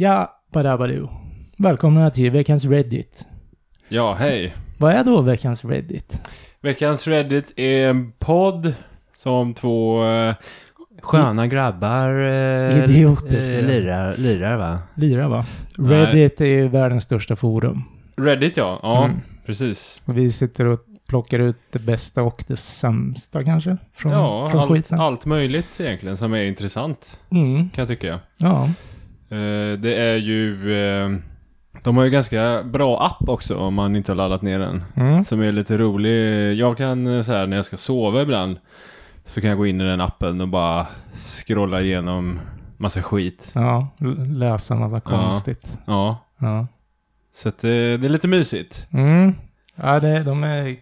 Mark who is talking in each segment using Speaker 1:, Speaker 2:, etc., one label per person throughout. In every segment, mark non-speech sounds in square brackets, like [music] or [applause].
Speaker 1: Ja, badabadoo. Välkomna till veckans Reddit.
Speaker 2: Ja, hej.
Speaker 1: Vad är då veckans Reddit?
Speaker 2: Veckans Reddit är en podd som två eh, sköna grabbar eh,
Speaker 1: Idioter.
Speaker 2: eh, lirar, lirar, va?
Speaker 1: Lira va?
Speaker 2: Nej.
Speaker 1: Reddit är ju världens största forum.
Speaker 2: Reddit, ja. Ja,
Speaker 1: Mm.
Speaker 2: precis.
Speaker 1: Och vi sitter och plockar ut det bästa och det sämsta kanske. Från,
Speaker 2: ja,
Speaker 1: från
Speaker 2: allt,
Speaker 1: skiten.
Speaker 2: allt möjligt egentligen som är intressant,
Speaker 1: Mm,
Speaker 2: kan jag tycka.
Speaker 1: ja.
Speaker 2: Eh, det är ju... Eh, de har ju ganska bra app också om man inte har laddat ner den.
Speaker 1: Mm.
Speaker 2: Som är lite rolig. Jag kan eh, så här när jag ska sova ibland. Så kan jag gå in i den appen och bara scrolla igenom massa skit.
Speaker 1: Ja, l- läsa något konstigt.
Speaker 2: Ja.
Speaker 1: Ja.
Speaker 2: Så att eh, det är lite mysigt.
Speaker 1: Mm. Ja, det, de är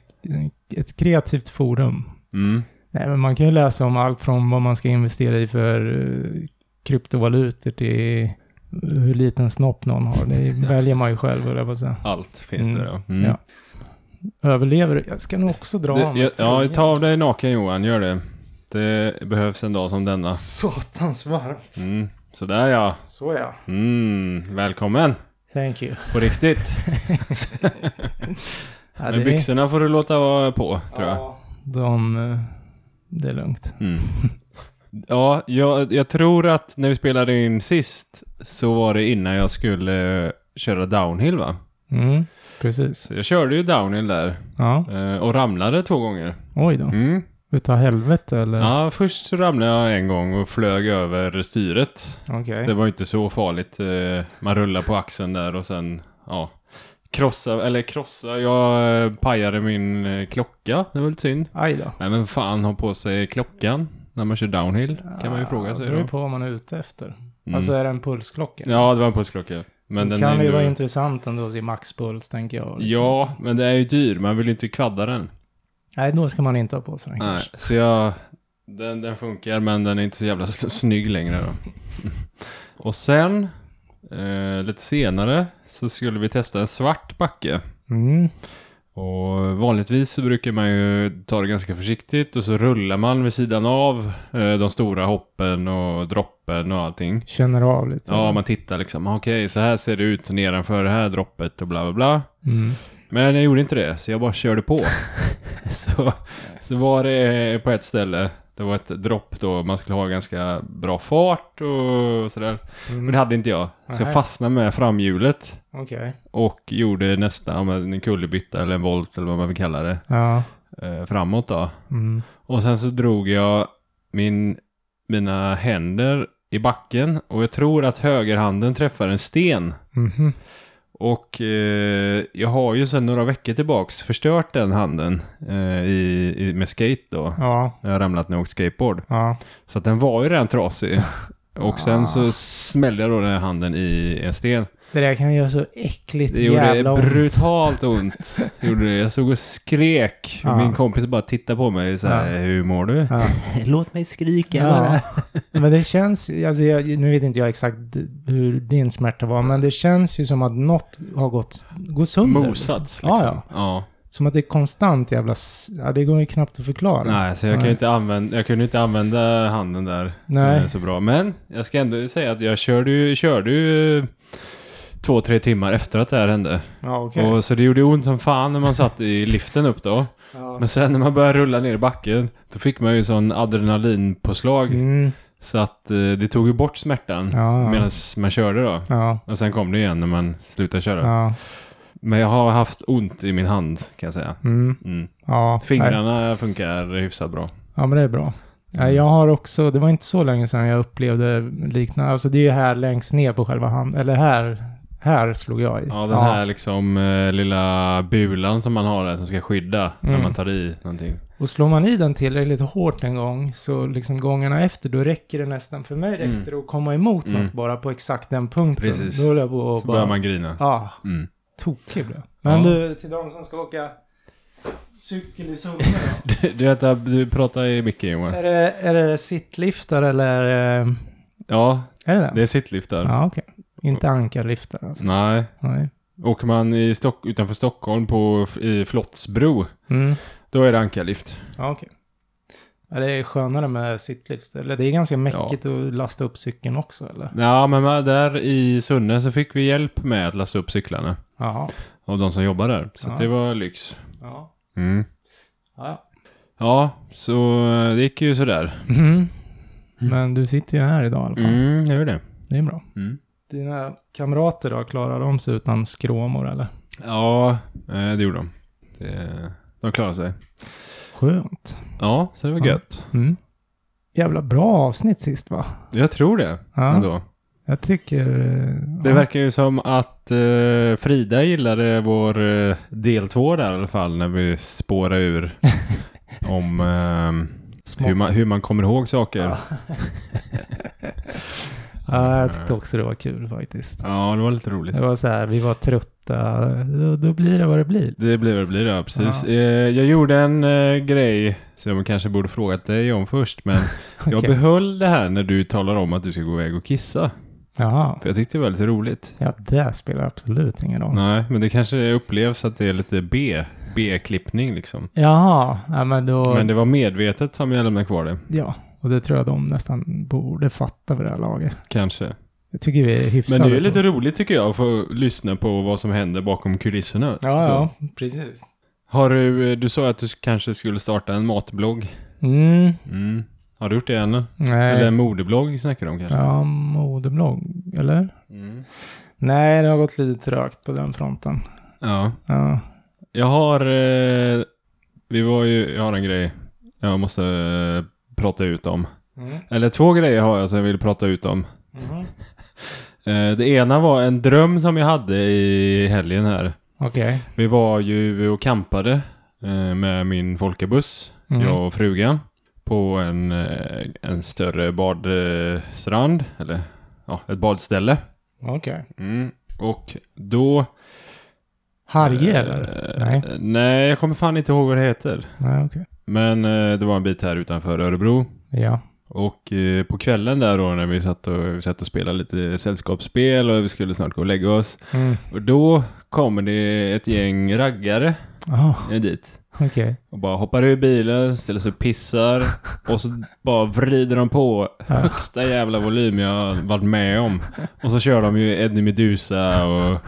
Speaker 1: ett kreativt forum.
Speaker 2: Mm.
Speaker 1: Nej, men man kan ju läsa om allt från vad man ska investera i för eh, kryptovalutor till hur liten snopp någon har.
Speaker 2: [laughs]
Speaker 1: Det väljer man ju själv, höll jag på att säga.
Speaker 2: Allt finns
Speaker 1: Mm.
Speaker 2: där då. Mm.
Speaker 1: Ja. Överlever du? Jag ska nog också dra av
Speaker 2: Du,
Speaker 1: mig
Speaker 2: ja, ja,
Speaker 1: tröjan.
Speaker 2: ta av dig naken Johan, gör det. Det behövs en dag som denna.
Speaker 1: Satans varmt.
Speaker 2: Mm. Sådär ja.
Speaker 1: Så ja.
Speaker 2: Mm. Välkommen.
Speaker 1: Thank
Speaker 2: [laughs]
Speaker 1: you.
Speaker 2: På riktigt.
Speaker 1: [laughs] Ja,
Speaker 2: Men byxorna får du låta vara på, tror jag.
Speaker 1: Ja, de... eh, Det är lugnt. [laughs]
Speaker 2: Mm. Ja, jag, jag tror att när vi spelade in sist så var det innan jag skulle eh, köra downhill va?
Speaker 1: Mm, precis.
Speaker 2: Så jag körde ju downhill där
Speaker 1: Ja,
Speaker 2: eh, och ramlade två gånger.
Speaker 1: oj då.
Speaker 2: Mm.
Speaker 1: Utav helvete eller?
Speaker 2: Ja, först så ramlade jag en gång och flög över styret.
Speaker 1: Okej.
Speaker 2: Det var ju inte så farligt. eh, Man rullar på axeln där och sen, ja. Krossa, eller krossa, jag eh, pajade min eh, klocka. Det var lite synd.
Speaker 1: Aj då.
Speaker 2: Nej men fan, ha på sig klockan när man kör downhill. Kan man ju fråga
Speaker 1: Det
Speaker 2: sig då.
Speaker 1: beror ju på vad man är ute efter.
Speaker 2: Mm.
Speaker 1: Alltså är det en pulsklocka?
Speaker 2: Ja, det var en pulsklocka. Men den
Speaker 1: kan
Speaker 2: är
Speaker 1: ju
Speaker 2: ju-
Speaker 1: vara intressant ändå att se maxpuls, tänker jag. liksom.
Speaker 2: Ja, men det är ju dyr. Man vill ju inte kvadda den.
Speaker 1: Nej, då ska man inte ha på sig den
Speaker 2: Nej,
Speaker 1: kanske.
Speaker 2: så jag... Den, den funkar, men den är inte så jävla s- snygg
Speaker 1: [laughs]
Speaker 2: längre då. Och sen, eh, lite senare, så skulle vi testa en svart backe.
Speaker 1: Mm.
Speaker 2: Och vanligtvis så brukar man ju ta det ganska försiktigt och så rullar man vid sidan av eh, de stora hoppen och droppen och allting.
Speaker 1: Känner av lite.
Speaker 2: Ja, man tittar liksom, okej, så här ser det ut nedanför det här droppet och bla bla bla.
Speaker 1: Mm.
Speaker 2: Men jag gjorde inte det, så jag bara körde på. så, så var det på ett ställe, det var ett dropp då, man skulle ha ganska bra fart och sådär. Men det hade inte jag, så jag
Speaker 1: Nej.
Speaker 2: fastnade med framhjulet.
Speaker 1: Mm. Okej.
Speaker 2: Och gjorde nästan en kullerbytta eller en volt eller vad man vill kalla det,
Speaker 1: Ja.
Speaker 2: eh, framåt då.
Speaker 1: Mm.
Speaker 2: Och sen så drog jag min, mina händer i backen och jag tror att högerhanden träffar en sten.
Speaker 1: Mhm.
Speaker 2: Och eh, jag har ju sedan några veckor tillbaks förstört den handen eh, i, i, med skate då.
Speaker 1: Ja.
Speaker 2: Jag har ramlat när jag åkt skateboard.
Speaker 1: Ja.
Speaker 2: Så att den var ju redan trasig. Och sen så smällde jag då den här handen i en sten.
Speaker 1: Det där kan göra så äckligt
Speaker 2: Det gjorde
Speaker 1: jävla ont.
Speaker 2: brutalt ont. Gjorde det. Jag stod och skrek.
Speaker 1: Ja.
Speaker 2: Min kompis bara tittade på mig så här,
Speaker 1: Ja.
Speaker 2: hur mår du?
Speaker 1: Ja.
Speaker 2: Låt mig skrika
Speaker 1: Ja. [laughs] Men det känns, alltså jag, nu vet inte jag exakt hur din smärta var, men det känns ju som att något har gått, gått sönder.
Speaker 2: Mosats
Speaker 1: liksom.
Speaker 2: liksom.
Speaker 1: Ja, ja.
Speaker 2: ja.
Speaker 1: Som att det är konstant jävla, s- ja det går ju knappt att förklara.
Speaker 2: Nej, så jag, kan ju inte använda, jag kunde inte använda handen där
Speaker 1: Nej.
Speaker 2: eh, så bra. Men jag ska ändå säga att jag körde ju, körde ju eh, två, tre timmar efter att det här hände.
Speaker 1: Ja, okej.
Speaker 2: Och, så det gjorde ont som fan när man satt i liften upp då.
Speaker 1: Ja.
Speaker 2: Men sen när man började rulla ner i backen, då fick man ju sån adrenalinpåslag.
Speaker 1: Mm.
Speaker 2: Så att eh, det tog ju bort smärtan
Speaker 1: Ja, ja.
Speaker 2: medan man körde då.
Speaker 1: Ja,
Speaker 2: Och sen kom det igen när man slutade köra.
Speaker 1: ja.
Speaker 2: Men jag har haft ont i min hand kan jag säga.
Speaker 1: Mm.
Speaker 2: Mm.
Speaker 1: Ja, nej.
Speaker 2: Fingrarna funkar hyfsat bra.
Speaker 1: ja, men det är bra. Ja, jag har också, det var inte så länge sedan jag upplevde liknande, alltså det är ju här längst ner på själva handen, eller här, Här slog jag i.
Speaker 2: Ja, den här liksom eh, lilla bulan som man har där som ska skydda när
Speaker 1: Mm.
Speaker 2: man tar i någonting.
Speaker 1: Och slår man i den tillräckligt hårt en gång, så liksom gångerna efter, då räcker det nästan, för mig räckte
Speaker 2: Mm.
Speaker 1: det att komma emot
Speaker 2: Mm.
Speaker 1: något bara på exakt den punkten.
Speaker 2: Precis.
Speaker 1: Då höll jag på och
Speaker 2: Så
Speaker 1: bara,
Speaker 2: börjar man grina.
Speaker 1: ja,
Speaker 2: Mm.
Speaker 1: tokig blev jag. Men
Speaker 2: Ja.
Speaker 1: du, till de som ska åka cykel i Sunne
Speaker 2: [laughs]
Speaker 1: då?
Speaker 2: Du, du, vet, att du pratar i mycket Johan.
Speaker 1: är, det, är det sittliftar eller? eh,
Speaker 2: Ja,
Speaker 1: Är det det?
Speaker 2: det är sittliftar.
Speaker 1: Ja, okej. Inte ankarliftar alltså?
Speaker 2: Nej.
Speaker 1: Nej.
Speaker 2: Åker man i Stock, utanför Stockholm på, i Flottsbro,
Speaker 1: Mm.
Speaker 2: då är det ankarlift.
Speaker 1: Ja, okej. Ja, det är skönare med sittlift. Eller det är ganska mäckigt att lasta upp cykeln också, eller?
Speaker 2: Ja, men med- där i Sunne så fick vi hjälp med att lasta upp cyklarna
Speaker 1: Jaha.
Speaker 2: av de som jobbar där. Så
Speaker 1: Ja.
Speaker 2: att det var lyx.
Speaker 1: Ja.
Speaker 2: Mm.
Speaker 1: ja.
Speaker 2: Ja, så eh, det gick ju sådär.
Speaker 1: Mhm. Men du sitter ju här idag i alla fall.
Speaker 2: Mm, det är det.
Speaker 1: Det är bra.
Speaker 2: Mm.
Speaker 1: Dina kamrater då, klarar de sig utan skråmor eller?
Speaker 2: Ja, eh, det gjorde de. Det, de klarade sig.
Speaker 1: Skönt.
Speaker 2: Ja, så det var
Speaker 1: Ja.
Speaker 2: gött.
Speaker 1: Mm. Jävla bra avsnitt sist va?
Speaker 2: Jag tror det
Speaker 1: Ja.
Speaker 2: ändå.
Speaker 1: Jag tycker... eh,
Speaker 2: Det
Speaker 1: ja.
Speaker 2: verkar ju som att eh, Frida gillade vår eh, del två där i alla fall när vi
Speaker 1: [laughs]
Speaker 2: spårar ur om ehm,
Speaker 1: Små-
Speaker 2: hur, man, hur man kommer ihåg saker.
Speaker 1: Ja. [laughs]
Speaker 2: Ja.
Speaker 1: ja, jag tyckte också det var kul faktiskt.
Speaker 2: det var lite roligt.
Speaker 1: Det var så här, vi var trötta, då, då blir det vad det blir.
Speaker 2: Det blir vad det blir ja, precis.
Speaker 1: Ja.
Speaker 2: Eh, jag gjorde en eh, grej som jag kanske borde frågat dig om
Speaker 1: [laughs]
Speaker 2: först, men jag
Speaker 1: Okej.
Speaker 2: behöll det här när du talar om att du ska gå iväg och kissa.
Speaker 1: Jaha,
Speaker 2: För jag tyckte det var lite roligt.
Speaker 1: ja det spelar absolut ingen roll.
Speaker 2: Nej, men det kanske upplevs att det är lite B, B-klippning liksom.
Speaker 1: Jaha, ja, men då,
Speaker 2: Men det var medvetet som jag lämnade kvar det,
Speaker 1: ja, och det tror jag de nästan borde fatta vid det här laget.
Speaker 2: kanske.
Speaker 1: Jag tycker vi är hyfsade.
Speaker 2: Men det är
Speaker 1: på-
Speaker 2: lite roligt tycker jag att få lyssna på vad som händer bakom kulisserna.
Speaker 1: Ja,
Speaker 2: Så.
Speaker 1: ja, precis.
Speaker 2: Har du, du sa att du kanske skulle starta en matblogg.
Speaker 1: Mm,
Speaker 2: Mm. Har du gjort det ännu?
Speaker 1: nej.
Speaker 2: Eller en modeblogg snackar de om kanske?
Speaker 1: Ja, modeblogg, eller?
Speaker 2: Mm.
Speaker 1: Nej, det har gått lite trögt på den fronten.
Speaker 2: Ja.
Speaker 1: Ja,
Speaker 2: Jag har, eh, vi var ju, jag har en grej jag måste eh, prata ut om.
Speaker 1: mm. mm-hmm.
Speaker 2: Eller två grejer har jag som jag vill prata ut om. Eh, det ena var en dröm som jag hade i helgen här.
Speaker 1: okej.
Speaker 2: Vi var ju och campade eh, med min folkabuss,
Speaker 1: Mm.
Speaker 2: jag och frugan, på en, eh, en större badstrand, eller ja, ett badställe.
Speaker 1: Okej.
Speaker 2: Mm. Och då...
Speaker 1: Harje
Speaker 2: eh,
Speaker 1: eller? Nej.
Speaker 2: Nej, jag kommer fan inte ihåg vad det heter.
Speaker 1: Nej, okej.
Speaker 2: Men eh, det var en bit här utanför Örebro.
Speaker 1: Ja.
Speaker 2: Och eh, på kvällen där då när vi satt och, vi satt och spelade lite sällskapsspel och vi skulle snart gå och lägga oss.
Speaker 1: Mm.
Speaker 2: Och då kommer det ett gäng raggare
Speaker 1: Ah,
Speaker 2: dit.
Speaker 1: okej.
Speaker 2: Och bara hoppar ur bilen, ställer sig och pissar. Och så bara vrider de på högsta jävla volym jag har varit med om. Och så kör de ju Eddie Meduza och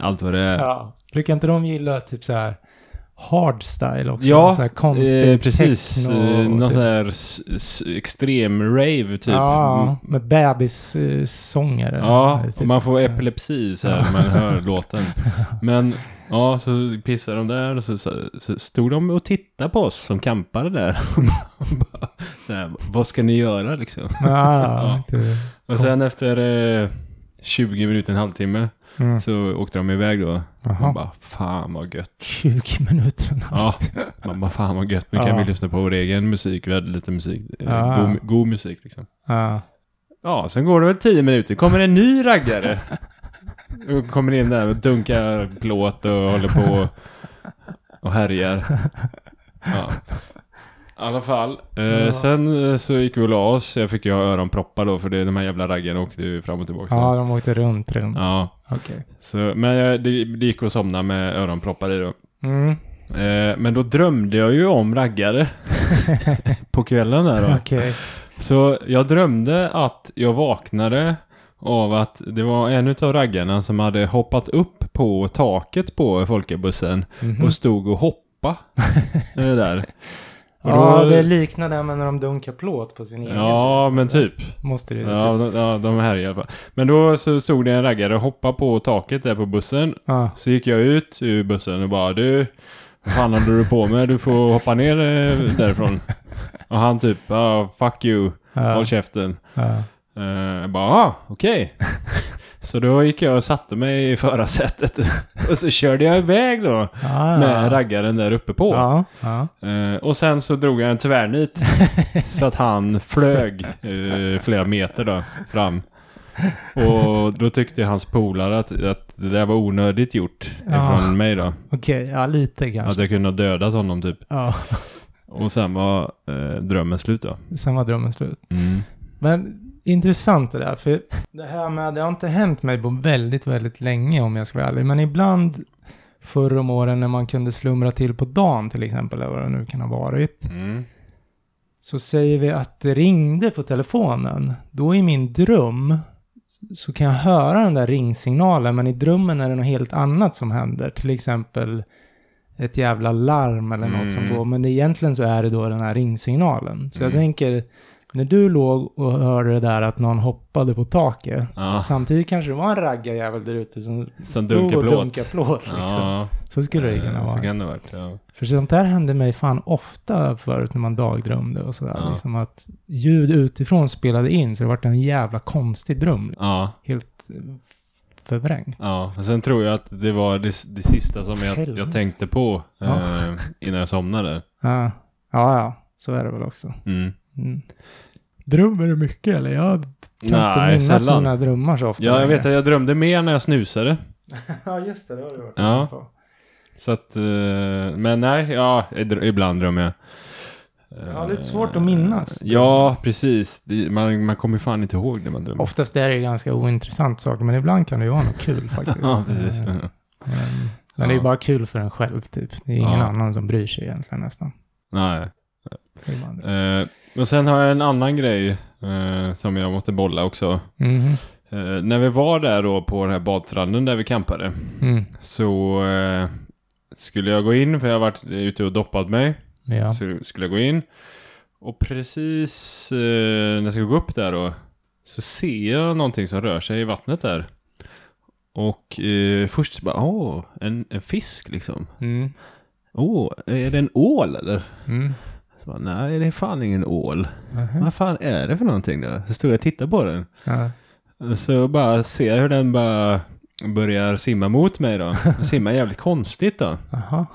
Speaker 2: allt vad det är.
Speaker 1: Ja. Brukar inte de gilla typ så här hardstyle också?
Speaker 2: Ja,
Speaker 1: så här konstig
Speaker 2: Eh, precis.
Speaker 1: techno
Speaker 2: Eh,
Speaker 1: och
Speaker 2: någon
Speaker 1: typ-
Speaker 2: sån här s- s- extrem-rave typ.
Speaker 1: Ja, med bebissånger. eller?
Speaker 2: Ja,
Speaker 1: Typ.
Speaker 2: och man får epilepsi så här när man hör låten. Men ja, så pissade de där och så, så, så stod de och tittade på oss som kampade där. [laughs] Och bara, så här, vad ska ni göra liksom? [laughs]
Speaker 1: Ja, typ.
Speaker 2: Och sen efter eh, 20 minuter, en halvtimme,
Speaker 1: Mm.
Speaker 2: så åkte de iväg då.
Speaker 1: Jaha.
Speaker 2: Man bara, fan vad gött.
Speaker 1: 20 minuter.
Speaker 2: Ja, man bara, fan vad gött. Nu kan
Speaker 1: Ja.
Speaker 2: vi lyssna på vår egen musik, vi hade lite musik, eh,
Speaker 1: Ah.
Speaker 2: god, god musik liksom. [laughs]
Speaker 1: Ja.
Speaker 2: Ja, sen går det väl tio minuter, kommer en ny raggare. Och Kommer in där och dunkar plåt och håller på och härjar. Ja. I alla fall. Eh,
Speaker 1: Ja.
Speaker 2: Sen eh, så gick vi och la oss. Jag fick ju ha öronproppar då för det, de här jävla raggarna åkte ju fram och tillbaka.
Speaker 1: ja, de åkte runt, runt.
Speaker 2: ja.
Speaker 1: Okej.
Speaker 2: Så, men jag, det, det gick att somna med öronproppar i då.
Speaker 1: Mm.
Speaker 2: Eh, men då drömde jag ju
Speaker 1: [laughs]
Speaker 2: om raggare. på kvällen där då.
Speaker 1: Okej.
Speaker 2: Så jag drömde att jag vaknade av att det var en av raggarna som hade hoppat upp på taket på folkabussen
Speaker 1: Mhm.
Speaker 2: och stod
Speaker 1: [laughs]
Speaker 2: och hoppa eh, där. Och
Speaker 1: Ja,
Speaker 2: då-
Speaker 1: det liknar det men när de dunkar plåt på sin egen.
Speaker 2: Ja, men typ.
Speaker 1: Måste det ju.
Speaker 2: Ja,
Speaker 1: Typ.
Speaker 2: de, ja, de här i alla fall. Men då så stod det en raggare och hoppade på taket där på bussen.
Speaker 1: Ja.
Speaker 2: Så gick jag ut ur bussen och bara du, vad fan håller du på med? Du får hoppa ner eh,
Speaker 1: [laughs]
Speaker 2: därifrån. Och han typ, ah, fuck you,
Speaker 1: Ja.
Speaker 2: håll käften.
Speaker 1: Ja. [laughs]
Speaker 2: Eh, Jag bara, ah, okej. Så då gick jag och satte mig i förarsätet [laughs] och så körde jag iväg då
Speaker 1: Ah,
Speaker 2: med raggaren där uppe på.
Speaker 1: Ja, ja.
Speaker 2: Eh, och sen så drog jag
Speaker 1: [laughs]
Speaker 2: en tvärnit så att han flög eh, flera meter då fram. Och då tyckte hans polare att, att det där var onödigt gjort
Speaker 1: Ja.
Speaker 2: ifrån mig då.
Speaker 1: Okej, ja lite
Speaker 2: Att
Speaker 1: kanske.
Speaker 2: jag kunde ha dödat honom typ.
Speaker 1: Ja,
Speaker 2: Och sen var eh, drömmen slut då.
Speaker 1: [laughs] sen var drömmen slut. Men intressant det där, för det här med, det har inte hänt mig på väldigt, väldigt länge om jag ska vara ärlig, men ibland förr om åren när man kunde slumra till på dagen till exempel, eller vad det nu kan ha varit,
Speaker 2: Mm.
Speaker 1: så säger vi att det ringde på telefonen, då i min dröm så kan jag höra den där ringsignalen, men i drömmen är det något helt annat som händer, till exempel ett jävla larm eller något som
Speaker 2: Mm.
Speaker 1: går, men det, egentligen så är det då den här ringsignalen. Så jag
Speaker 2: Mm.
Speaker 1: tänker, när du låg och hörde det där att någon hoppade på taket,
Speaker 2: Ja.
Speaker 1: samtidigt kanske det var en raggarjävel där ute som, stod
Speaker 2: dunkar
Speaker 1: och
Speaker 2: plåt.
Speaker 1: dunkade plåt. Liksom.
Speaker 2: Ja,
Speaker 1: Så skulle det kunna
Speaker 2: eh,
Speaker 1: vara.
Speaker 2: så kan det ha varit. Ja.
Speaker 1: För sånt där hände mig fan ofta förut när man dagdrömde och sådär.
Speaker 2: Ja.
Speaker 1: Liksom att ljud utifrån spelade in så det vart en jävla konstig dröm.
Speaker 2: ja,
Speaker 1: Helt eh, förvrängd.
Speaker 2: ja. Och Sen tror jag att det var det, det sista som jag,
Speaker 1: Helvete.
Speaker 2: jag tänkte på eh,
Speaker 1: Ja.
Speaker 2: innan jag somnade.
Speaker 1: Ja, ja, ja. så är det väl också.
Speaker 2: Mm.
Speaker 1: Mm. Drömmer du mycket eller? Jag kan inte
Speaker 2: Nej,
Speaker 1: minnas
Speaker 2: sällan.
Speaker 1: mina drömmar så ofta.
Speaker 2: Ja, jag
Speaker 1: längre.
Speaker 2: vet att jag drömde mer när jag snusade.
Speaker 1: ja, just det. Det har du varit
Speaker 2: Ja.
Speaker 1: inne på.
Speaker 2: Så att, eh, men nej, ja, id- ibland drömmer jag.
Speaker 1: Ja,
Speaker 2: Eh,
Speaker 1: lite svårt att minnas.
Speaker 2: Ja, precis. Det- Man, man kommer ju fan inte ihåg när man drömmer.
Speaker 1: Oftast är det ju ganska ointressant saker, men ibland kan det ju vara något
Speaker 2: [laughs]
Speaker 1: kul faktiskt.
Speaker 2: Ja, precis.
Speaker 1: Eh,
Speaker 2: Ja.
Speaker 1: Men, men det är ju
Speaker 2: Ja.
Speaker 1: bara kul för en själv typ. Det är ingen
Speaker 2: Ja.
Speaker 1: annan som bryr sig egentligen nästan.
Speaker 2: Nej.
Speaker 1: Det är bara en dröm.
Speaker 2: Eh, Men sen har jag en annan grej eh, som jag måste bolla också.
Speaker 1: Mhm.
Speaker 2: Eh, När vi var där då på den här badstranden där vi campade
Speaker 1: Mm.
Speaker 2: så eh, skulle jag gå in för jag har varit ute och doppat mig.
Speaker 1: Ja.
Speaker 2: Så skulle jag gå in. Och precis eh, när jag ska gå upp där då. Så ser jag någonting som rör sig i vattnet där. Och eh, först bara, åh, en, en fisk liksom.
Speaker 1: Mm.
Speaker 2: Åh, är det en ål eller?
Speaker 1: Mm.
Speaker 2: Så bara, Nej, det är fan ingen ål.
Speaker 1: Aha.
Speaker 2: Vad fan är det för någonting då? Så stod jag och tittade på den.
Speaker 1: Ja.
Speaker 2: Så bara ser jag hur den bara börjar simma mot mig då. Den simmar jävligt konstigt då.
Speaker 1: Aha.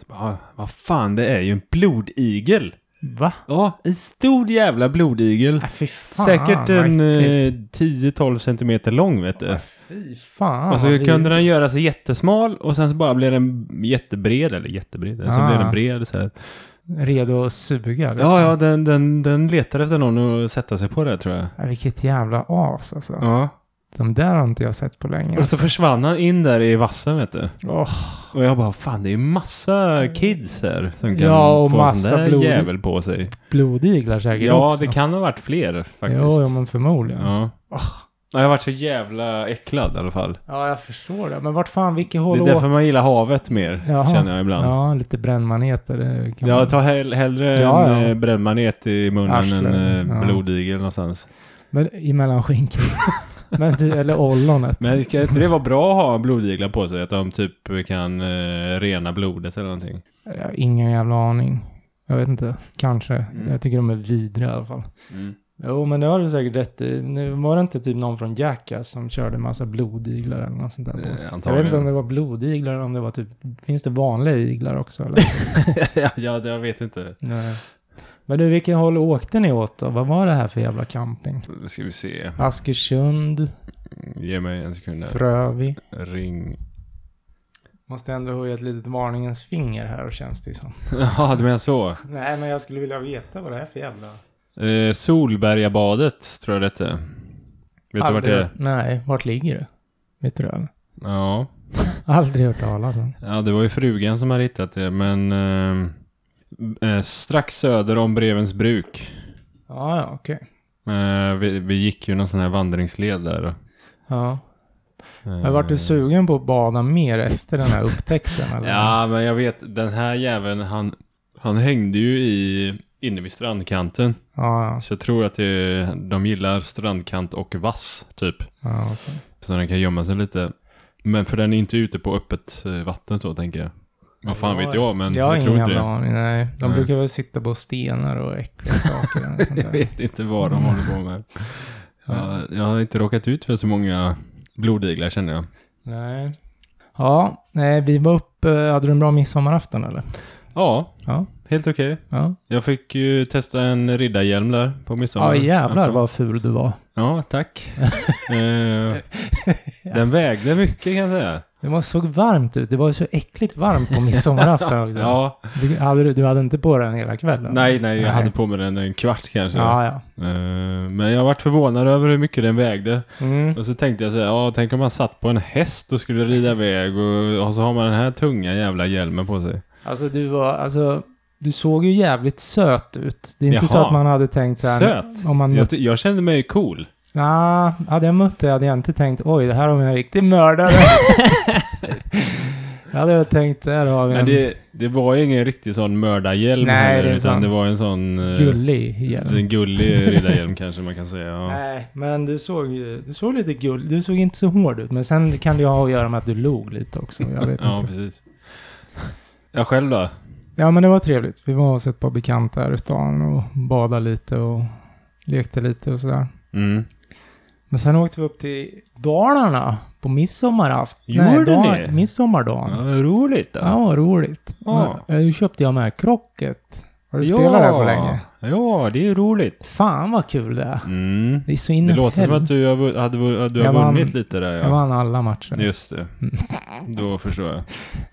Speaker 2: Så bara, vad fan, det är ju en blodigel.
Speaker 1: Va?
Speaker 2: Ja, en stor jävla blodigel.
Speaker 1: Äh, fy fan.
Speaker 2: Säkert en
Speaker 1: vad äckligt.
Speaker 2: eh, 10-12 centimeter lång vet du.
Speaker 1: Äh, fy fan.
Speaker 2: Och så
Speaker 1: vad
Speaker 2: Alltså, kunde den göra sig jättesmal och sen så bara blev den jättebred, eller jättebred, sen
Speaker 1: Ah.
Speaker 2: blev den bred så här.
Speaker 1: vi- Redo att suga. liksom.
Speaker 2: Ja, ja, den, den, den letar efter någon att sätta sig på det tror jag.
Speaker 1: Äh, vilket jävla as alltså.
Speaker 2: Ja.
Speaker 1: De där har inte jag sett på länge. Alltså,
Speaker 2: Och så försvann han in där i vassen vet du.
Speaker 1: Åh,
Speaker 2: Och jag bara, fan det är ju massa kids här som kan
Speaker 1: Ja, och
Speaker 2: få en
Speaker 1: massa
Speaker 2: sån där
Speaker 1: blod.
Speaker 2: jävel på sig.
Speaker 1: blodiglar säkert
Speaker 2: Ja,
Speaker 1: också.
Speaker 2: det kan ha varit fler faktiskt.
Speaker 1: Jo, ja, men förmodligen. Ja.
Speaker 2: Ja. Jag har varit så jävla äcklad i alla fall.
Speaker 1: jag förstår det. Men vart fan, vilket håll
Speaker 2: Det
Speaker 1: åt?
Speaker 2: är därför man gillar havet mer,
Speaker 1: Jaha.
Speaker 2: känner jag ibland. Ja.
Speaker 1: Ja, lite brännmaneter. det kan man-
Speaker 2: Jag tar hell- hellre
Speaker 1: Ja,
Speaker 2: en
Speaker 1: ja.
Speaker 2: ja. brännmanet i munnen
Speaker 1: Arsle,
Speaker 2: än en
Speaker 1: ja.
Speaker 2: ja. blodigel någonstans.
Speaker 1: Men emellan
Speaker 2: [laughs]
Speaker 1: skinkan. Men du, eller ollonet.
Speaker 2: Men ska inte det vara bra att ha blodiglar på sig? Att de typ kan eh, rena blodet eller någonting?
Speaker 1: Jag har Eh, ingen jävla aning. Jag vet inte. Kanske.
Speaker 2: Mm.
Speaker 1: Jag tycker de är vidriga i alla fall.
Speaker 2: Eh,
Speaker 1: Jo, men det har du säkert rätt i. Nu var det inte typ någon från Jackass som körde massa blodiglar eller något sånt där på
Speaker 2: Eh,
Speaker 1: sig. Jag vet
Speaker 2: antagligen.
Speaker 1: inte om det var blodiglar eller om det var typ, finns det vanliga iglar också [laughs] eller?
Speaker 2: [laughs] ja, ja, det- jag vet inte.
Speaker 1: Nej. Men du, vilken håll åkte ni åt då? Vad var det här för jävla camping?
Speaker 2: Nu ska vi se.
Speaker 1: Askersund,
Speaker 2: Ge mig en sekund där.
Speaker 1: Frövi.
Speaker 2: Ring. [laughs]
Speaker 1: Måste ändå höja ett litet varningens finger här och känns det ju som.
Speaker 2: Jaha, du menar så.
Speaker 1: Nej, men jag skulle vilja veta vad det är för jävla...
Speaker 2: Eh, Solbergabadet tror jag det hette. Vet du vart det är?
Speaker 1: Nej, vart ligger det? Vet du det?
Speaker 2: Ja.
Speaker 1: Aldrig hört talas om.
Speaker 2: ja, det var ju frugan som hade hittat det, men... ehm, Eh, strax söder om Brevens bruk.
Speaker 1: Ja, ja, okej.
Speaker 2: Eh, vi, vi gick ju någon sån här vandringsled där. då.
Speaker 1: Ja.
Speaker 2: Eh,
Speaker 1: Men vart du sugen på att bada mer efter den här upptäckten? Eller?
Speaker 2: Ja, men jag vet. Den här jäveln, han, han hängde ju i, inne vid strandkanten.
Speaker 1: Ja, ja.
Speaker 2: Så jag tror att det, de gillar strandkant och vass, typ.
Speaker 1: ja okej.
Speaker 2: Så den kan gömma sig lite. Men för den är inte ute på öppet eh, vatten så, tänker jag. Vad fan
Speaker 1: Ja,
Speaker 2: vet jag, men
Speaker 1: jag har
Speaker 2: jag, tror
Speaker 1: ingen
Speaker 2: inte
Speaker 1: jävla
Speaker 2: det.
Speaker 1: aning. Nej. De
Speaker 2: Nej.
Speaker 1: brukar väl sitta på stenar och äckliga saker. Och sånt
Speaker 2: [laughs] Jag
Speaker 1: där.
Speaker 2: vet inte vad de håller på med. Ja, jag har inte råkat ut för så många blodiglar känner jag.
Speaker 1: Nej. Ja, nej, vi var uppe. Hade du en bra midsommarafton eller?
Speaker 2: Ja,
Speaker 1: Ja.
Speaker 2: helt okej.
Speaker 1: Ja,
Speaker 2: Jag fick ju testa en riddarhjälm där på midsommar.
Speaker 1: ja jävlar vad ful du var.
Speaker 2: Ja,
Speaker 1: [laughs]
Speaker 2: tack. Eh, den vägde mycket kan jag säga.
Speaker 1: Det var såg varmt ut. Det var så äckligt varmt på midsommarafton.
Speaker 2: [laughs] Ja,
Speaker 1: du, hade, du- du hade inte på den hela kvällen?
Speaker 2: nej, nej, jag
Speaker 1: Nej.
Speaker 2: hade på mig den en kvart kanske.
Speaker 1: Ja, ja.
Speaker 2: Eh, men jag varit förvånad över hur mycket den vägde.
Speaker 1: Mm.
Speaker 2: Och så tänkte jag så här, ja, tänk om man satt på en häst och skulle rida iväg och, och så har man den här tunga jävla hjälmen på sig.
Speaker 1: Alltså du var, alltså, du såg ju jävligt söt ut. Det är inte
Speaker 2: Jaha.
Speaker 1: så att man hade tänkt så här.
Speaker 2: Söt?
Speaker 1: Om man
Speaker 2: Jag, ty- jag kände mig cool.
Speaker 1: Nja, hade jag mött dig hade jag inte tänkt oj, det här har vi en riktig mördare.
Speaker 2: [laughs]
Speaker 1: jag hade jag tänkt, där har vi en
Speaker 2: Men det, det var ju ingen riktig sån mördarhjälm
Speaker 1: Ehm. Nej,
Speaker 2: heller,
Speaker 1: det är
Speaker 2: utan
Speaker 1: sant.
Speaker 2: det var en sån... eh,
Speaker 1: gullig hjälm.
Speaker 2: En gullig riddarhjälm kanske man kan säga. Ja.
Speaker 1: Nej, men du såg, ju- du såg lite gull, du såg inte så hård ut. Men sen kan det ju ha att göra med att du log lite också. Jag vet
Speaker 2: [laughs] Ja,
Speaker 1: inte.
Speaker 2: precis. Jag själv då?
Speaker 1: Ja, men det var trevligt. Vi var hos ett par bekanta här i stan och badade lite och lekte lite och sådär.
Speaker 2: Mm.
Speaker 1: Men sen åkte vi upp till Dalarna på midsommarafton.
Speaker 2: Gjorde ni?
Speaker 1: Midsommardagen.
Speaker 2: roligt då.
Speaker 1: Ja, vad roligt.
Speaker 2: Ja.
Speaker 1: Ja. Nu köpte jag med krocket. Har du spelat det på länge?
Speaker 2: Ja, det är roligt.
Speaker 1: Fan vad kul det är.
Speaker 2: Mm.
Speaker 1: Det är så in
Speaker 2: Det
Speaker 1: i
Speaker 2: låter som
Speaker 1: helv-
Speaker 2: att du har, vun- hade, vun- att du
Speaker 1: Jag
Speaker 2: har
Speaker 1: vann-
Speaker 2: vunnit lite där.
Speaker 1: Jag
Speaker 2: Ja.
Speaker 1: vann Mm. alla matcher.
Speaker 2: Just det. Då förstår jag.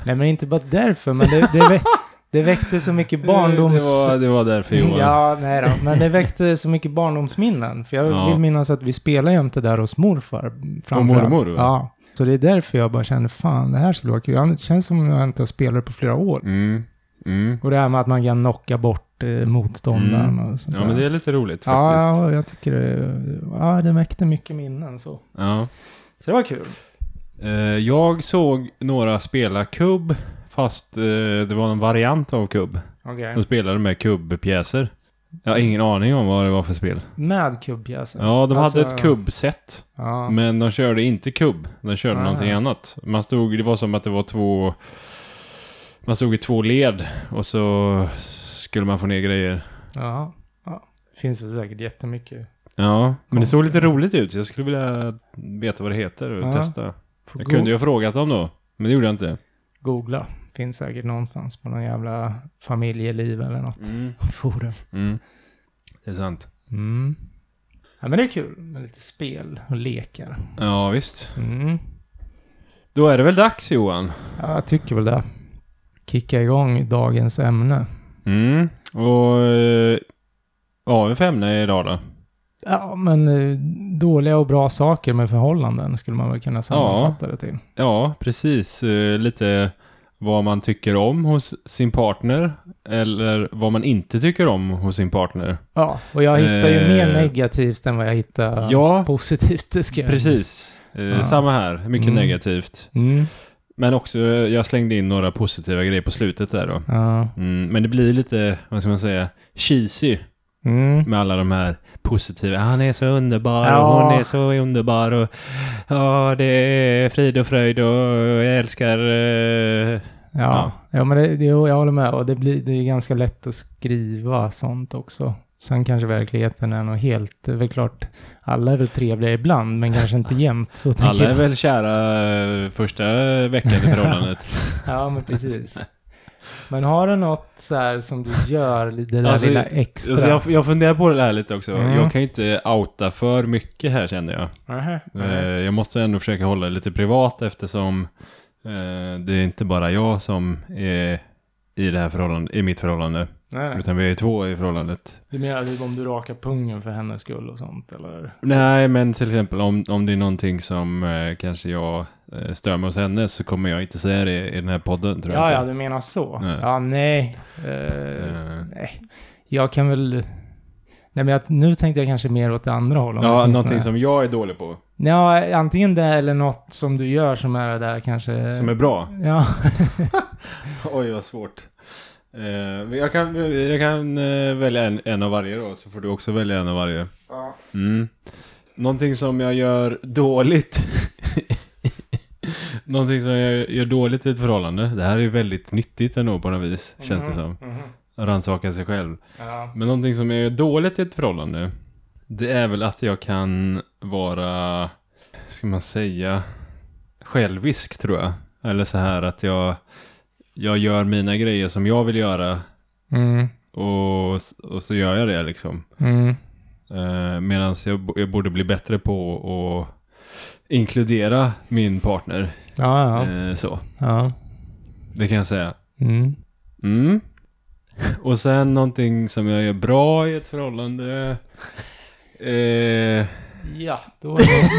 Speaker 1: Nej, men inte bara därför, men det, det, vä- [laughs] det väckte så mycket barndoms...
Speaker 2: Det var, det var därför Johan.
Speaker 1: Ja, nej då. Men det väckte så mycket barndomsminnen. För jag
Speaker 2: Ja.
Speaker 1: vill minnas att vi spelade jämte där hos morfar. framför allt.
Speaker 2: mormor, va?
Speaker 1: Ja. Så det är därför jag bara känner, fan det här skulle vara kul. Det känns som jag inte har spelat på flera år.
Speaker 2: Mm. Mm.
Speaker 1: Och det här med att man kan knocka bort eh, motståndaren och sånt
Speaker 2: Ja, men
Speaker 1: där.
Speaker 2: det är lite roligt faktiskt.
Speaker 1: Ja, ja, jag tycker det, ja, det väckte mycket minnen så.
Speaker 2: Ja.
Speaker 1: Så det var kul.
Speaker 2: Eh, Jag såg några spela kubb, fast eh, det var en variant av kubb.
Speaker 1: Okej.
Speaker 2: De spelade med kubbpjäser. Jag har ingen aning om vad det var för spel.
Speaker 1: Med kubbpjäsen.
Speaker 2: Ja, de
Speaker 1: Alltså-
Speaker 2: hade ett kubbset.
Speaker 1: Ja.
Speaker 2: Men de körde inte kubb. De körde
Speaker 1: Ah.
Speaker 2: någonting annat. Man stod, det var som att det var två... Man stod i två led och så skulle man få ner grejer.
Speaker 1: ja. ja. Finns det säkert jättemycket.
Speaker 2: Ja, men det såg
Speaker 1: Konstigt.
Speaker 2: lite roligt ut. Jag skulle vilja veta vad det heter och
Speaker 1: Ja.
Speaker 2: testa.
Speaker 1: Får
Speaker 2: Jag
Speaker 1: go-
Speaker 2: kunde ju ha frågat dem då, men det gjorde jag inte.
Speaker 1: Googla. Finns säkert någonstans på någon jävla familjeliv eller något.
Speaker 2: Mm.
Speaker 1: Forum.
Speaker 2: Mm. Det är sant.
Speaker 1: Mm. Ja, men det är kul med lite spel och lekar.
Speaker 2: Ja, visst.
Speaker 1: Mm.
Speaker 2: Då är det väl dags Johan.
Speaker 1: Ja, jag tycker väl det. Kicka igång dagens ämne.
Speaker 2: Mm. Och... eh, Vad har vi för ämne idag då?
Speaker 1: Ja, men eh, dåliga och bra saker med förhållanden skulle man väl kunna sammanfatta det till.
Speaker 2: Ja, precis. Eh, Lite vad man tycker om hos sin partner eller vad man inte tycker om hos sin partner.
Speaker 1: Ja, och jag hittar ju
Speaker 2: Eh,
Speaker 1: mer negativt än vad jag hittar
Speaker 2: Ja.
Speaker 1: positivt. Det ska jag
Speaker 2: Precis. Eh,
Speaker 1: Ja.
Speaker 2: Samma här, mycket
Speaker 1: Mm.
Speaker 2: negativt.
Speaker 1: Mm.
Speaker 2: Men också, eh, jag slängde in några positiva grejer på slutet där då.
Speaker 1: Ja.
Speaker 2: Mm, men det blir lite, vad ska man säga, cheesy
Speaker 1: Mm.
Speaker 2: med alla de här positiva. Han är så underbar och
Speaker 1: Ja.
Speaker 2: hon är så underbar och ja, det är frid och fröjd och jag älskar... eh, Ja.
Speaker 1: Ja. ja, men det, det, jo, jag håller med. Och det, blir, det är ganska lätt att skriva sånt också. Sen kanske verkligheten är något helt... Det är väl klart, alla är väl trevliga ibland, men kanske
Speaker 2: [laughs]
Speaker 1: inte jämt. Så tänker
Speaker 2: Alla är
Speaker 1: jag.
Speaker 2: väl kära eh, första veckan i förhållandet.
Speaker 1: [laughs] Ja, men precis. Men har du något så här som du gör, det där
Speaker 2: Alltså,
Speaker 1: lilla extra?
Speaker 2: alltså jag, jag funderar på det här lite också.
Speaker 1: Mm.
Speaker 2: Jag kan ju inte outa för mycket här känner jag.
Speaker 1: Aha.
Speaker 2: Eh, Jag måste ändå försöka hålla det lite privat eftersom eh, det är inte bara jag som är i det här förhållandet, i mitt förhållande.
Speaker 1: Nej, nej.
Speaker 2: Utan vi är ju två i förhållandet.
Speaker 1: Du menar typ om du rakar pungen för hennes skull och sånt eller?
Speaker 2: Nej, men till exempel om, om det är någonting som eh, kanske jag eh, stör mig hos henne så kommer jag inte säga det i den här podden tror
Speaker 1: Ja,
Speaker 2: jag
Speaker 1: ja,
Speaker 2: inte.
Speaker 1: du menar så.
Speaker 2: Nej.
Speaker 1: Ja, nej. Eh,
Speaker 2: Eh,
Speaker 1: Nej. Jag kan väl... Nej, men jag, nu tänkte jag kanske mer åt det andra hållet. om
Speaker 2: Ja,
Speaker 1: det finns
Speaker 2: någonting
Speaker 1: några-
Speaker 2: som jag är dålig på,
Speaker 1: Ja, antingen det eller något som du gör som är det där kanske...
Speaker 2: som är bra.
Speaker 1: Ja.
Speaker 2: Oj, vad svårt. Eh, men jag kan, jag kan eh, välja en, en av varje då, så får du också välja en av varje. Mm. Någonting som jag gör dåligt. [laughs] Någonting som jag gör dåligt i ett förhållande. Det här är ju väldigt nyttigt ändå på något vis, känns det som.
Speaker 1: Mhm.
Speaker 2: Att rannsaka sig själv.
Speaker 1: Ja.
Speaker 2: Men någonting som jag gör dåligt i ett förhållande. Det är väl att jag kan vara ska man säga, självisk tror jag. Eller så här att jag, jag gör mina grejer som jag vill göra
Speaker 1: Mm.
Speaker 2: och, s- och så gör jag det liksom.
Speaker 1: Mm.
Speaker 2: Eh, Medan jag, bo- jag borde bli bättre på att inkludera min partner.
Speaker 1: Ja, ja.
Speaker 2: Eh, så,
Speaker 1: ja.
Speaker 2: det kan jag säga.
Speaker 1: Mm.
Speaker 2: Mm. Och sen någonting som jag gör bra i ett förhållande. Eh,
Speaker 1: Ja, då är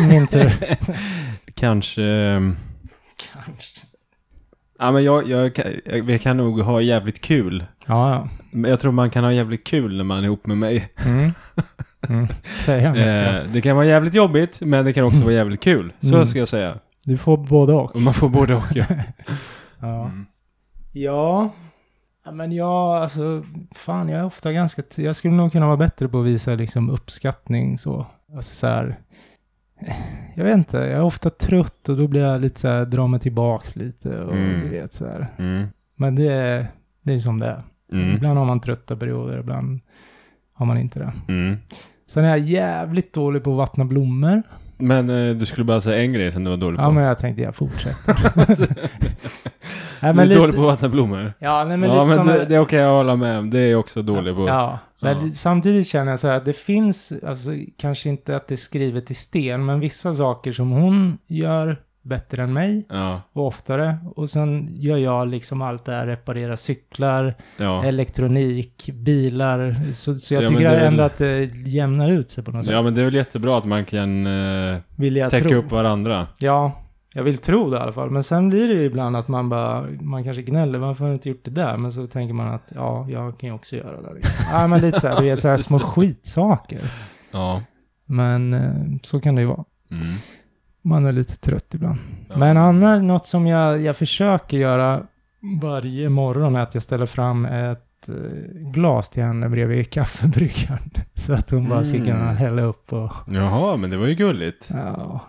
Speaker 1: det min [laughs] tur.
Speaker 2: kanske... ehm, Ja, men jag, jag, kan- jag, jag kan nog ha jävligt kul.
Speaker 1: Ja,
Speaker 2: Men jag tror man kan ha jävligt kul när man är ihop med mig.
Speaker 1: ja. Mm. Mm. Säger jag med skratt.
Speaker 2: Eh, det kan vara jävligt jobbigt, men det kan också vara jävligt kul. Så
Speaker 1: Mm.
Speaker 2: ska jag säga.
Speaker 1: Du får både och.
Speaker 2: Och man får både och. Ja.
Speaker 1: Ja.
Speaker 2: Mm.
Speaker 1: Ja. Ja, Men jag, alltså, fan jag är ofta ganska, t- jag skulle nog kunna vara bättre på att visa liksom uppskattning så. Alltså så här, [sighs] jag vet inte, jag är ofta trött och då blir jag lite så här, drar mig tillbaks lite och
Speaker 2: Mm.
Speaker 1: du vet så här.
Speaker 2: Mm.
Speaker 1: Men det, är- det är som det är.
Speaker 2: Mm.
Speaker 1: Ibland har man trötta perioder, ibland har man inte det.
Speaker 2: Mm.
Speaker 1: Sen är jag jävligt dålig på att vattna blommor.
Speaker 2: Men eh, du skulle bara säga en grej som du var dålig på.
Speaker 1: Ja, men jag tänkte jag
Speaker 2: [laughs]
Speaker 1: fortsätter. [laughs] Nej,
Speaker 2: du är
Speaker 1: men lite,
Speaker 2: dålig på att vattna blommor.
Speaker 1: Ja, nej, men
Speaker 2: ja,
Speaker 1: lite
Speaker 2: men
Speaker 1: som
Speaker 2: det, det är okej, jag håller med. om. Det är jag också dålig på.
Speaker 1: Ja, men
Speaker 2: Ja.
Speaker 1: samtidigt känner jag så här att det finns, alltså, kanske inte att det är skrivet i sten, men vissa saker som hon gör bättre än mig
Speaker 2: Ja,
Speaker 1: och oftare. Och sen gör jag liksom allt det här, reparera cyklar,
Speaker 2: ja.
Speaker 1: elektronik, bilar. Så, så jag
Speaker 2: Ja, men
Speaker 1: tycker
Speaker 2: det är väl-
Speaker 1: ändå att det jämnar ut sig på något sätt.
Speaker 2: ja, men det är väl jättebra att man kan eh,
Speaker 1: vill jag
Speaker 2: täcka
Speaker 1: tro.
Speaker 2: upp varandra.
Speaker 1: Ja, jag vill tro det i alla fall. Men sen blir det ju ibland att man bara, man kanske gnäller, varför har du inte gjort det där? Men så tänker man att, ja, jag kan ju också göra
Speaker 2: [laughs]
Speaker 1: det. Liksom. ja, men lite så här, du vet, så här små skitsaker.
Speaker 2: Ja.
Speaker 1: Men eh, så kan det ju vara.
Speaker 2: Mm.
Speaker 1: Man är lite trött ibland.
Speaker 2: Ja.
Speaker 1: Men annars, något som jag, jag försöker göra varje morgon är att jag ställer fram ett eh, glas till henne bredvid kaffebryggaren. [laughs] Så att hon bara ska
Speaker 2: Mm.
Speaker 1: kunna hälla upp och...
Speaker 2: Jaha, men det var ju gulligt.
Speaker 1: Ja.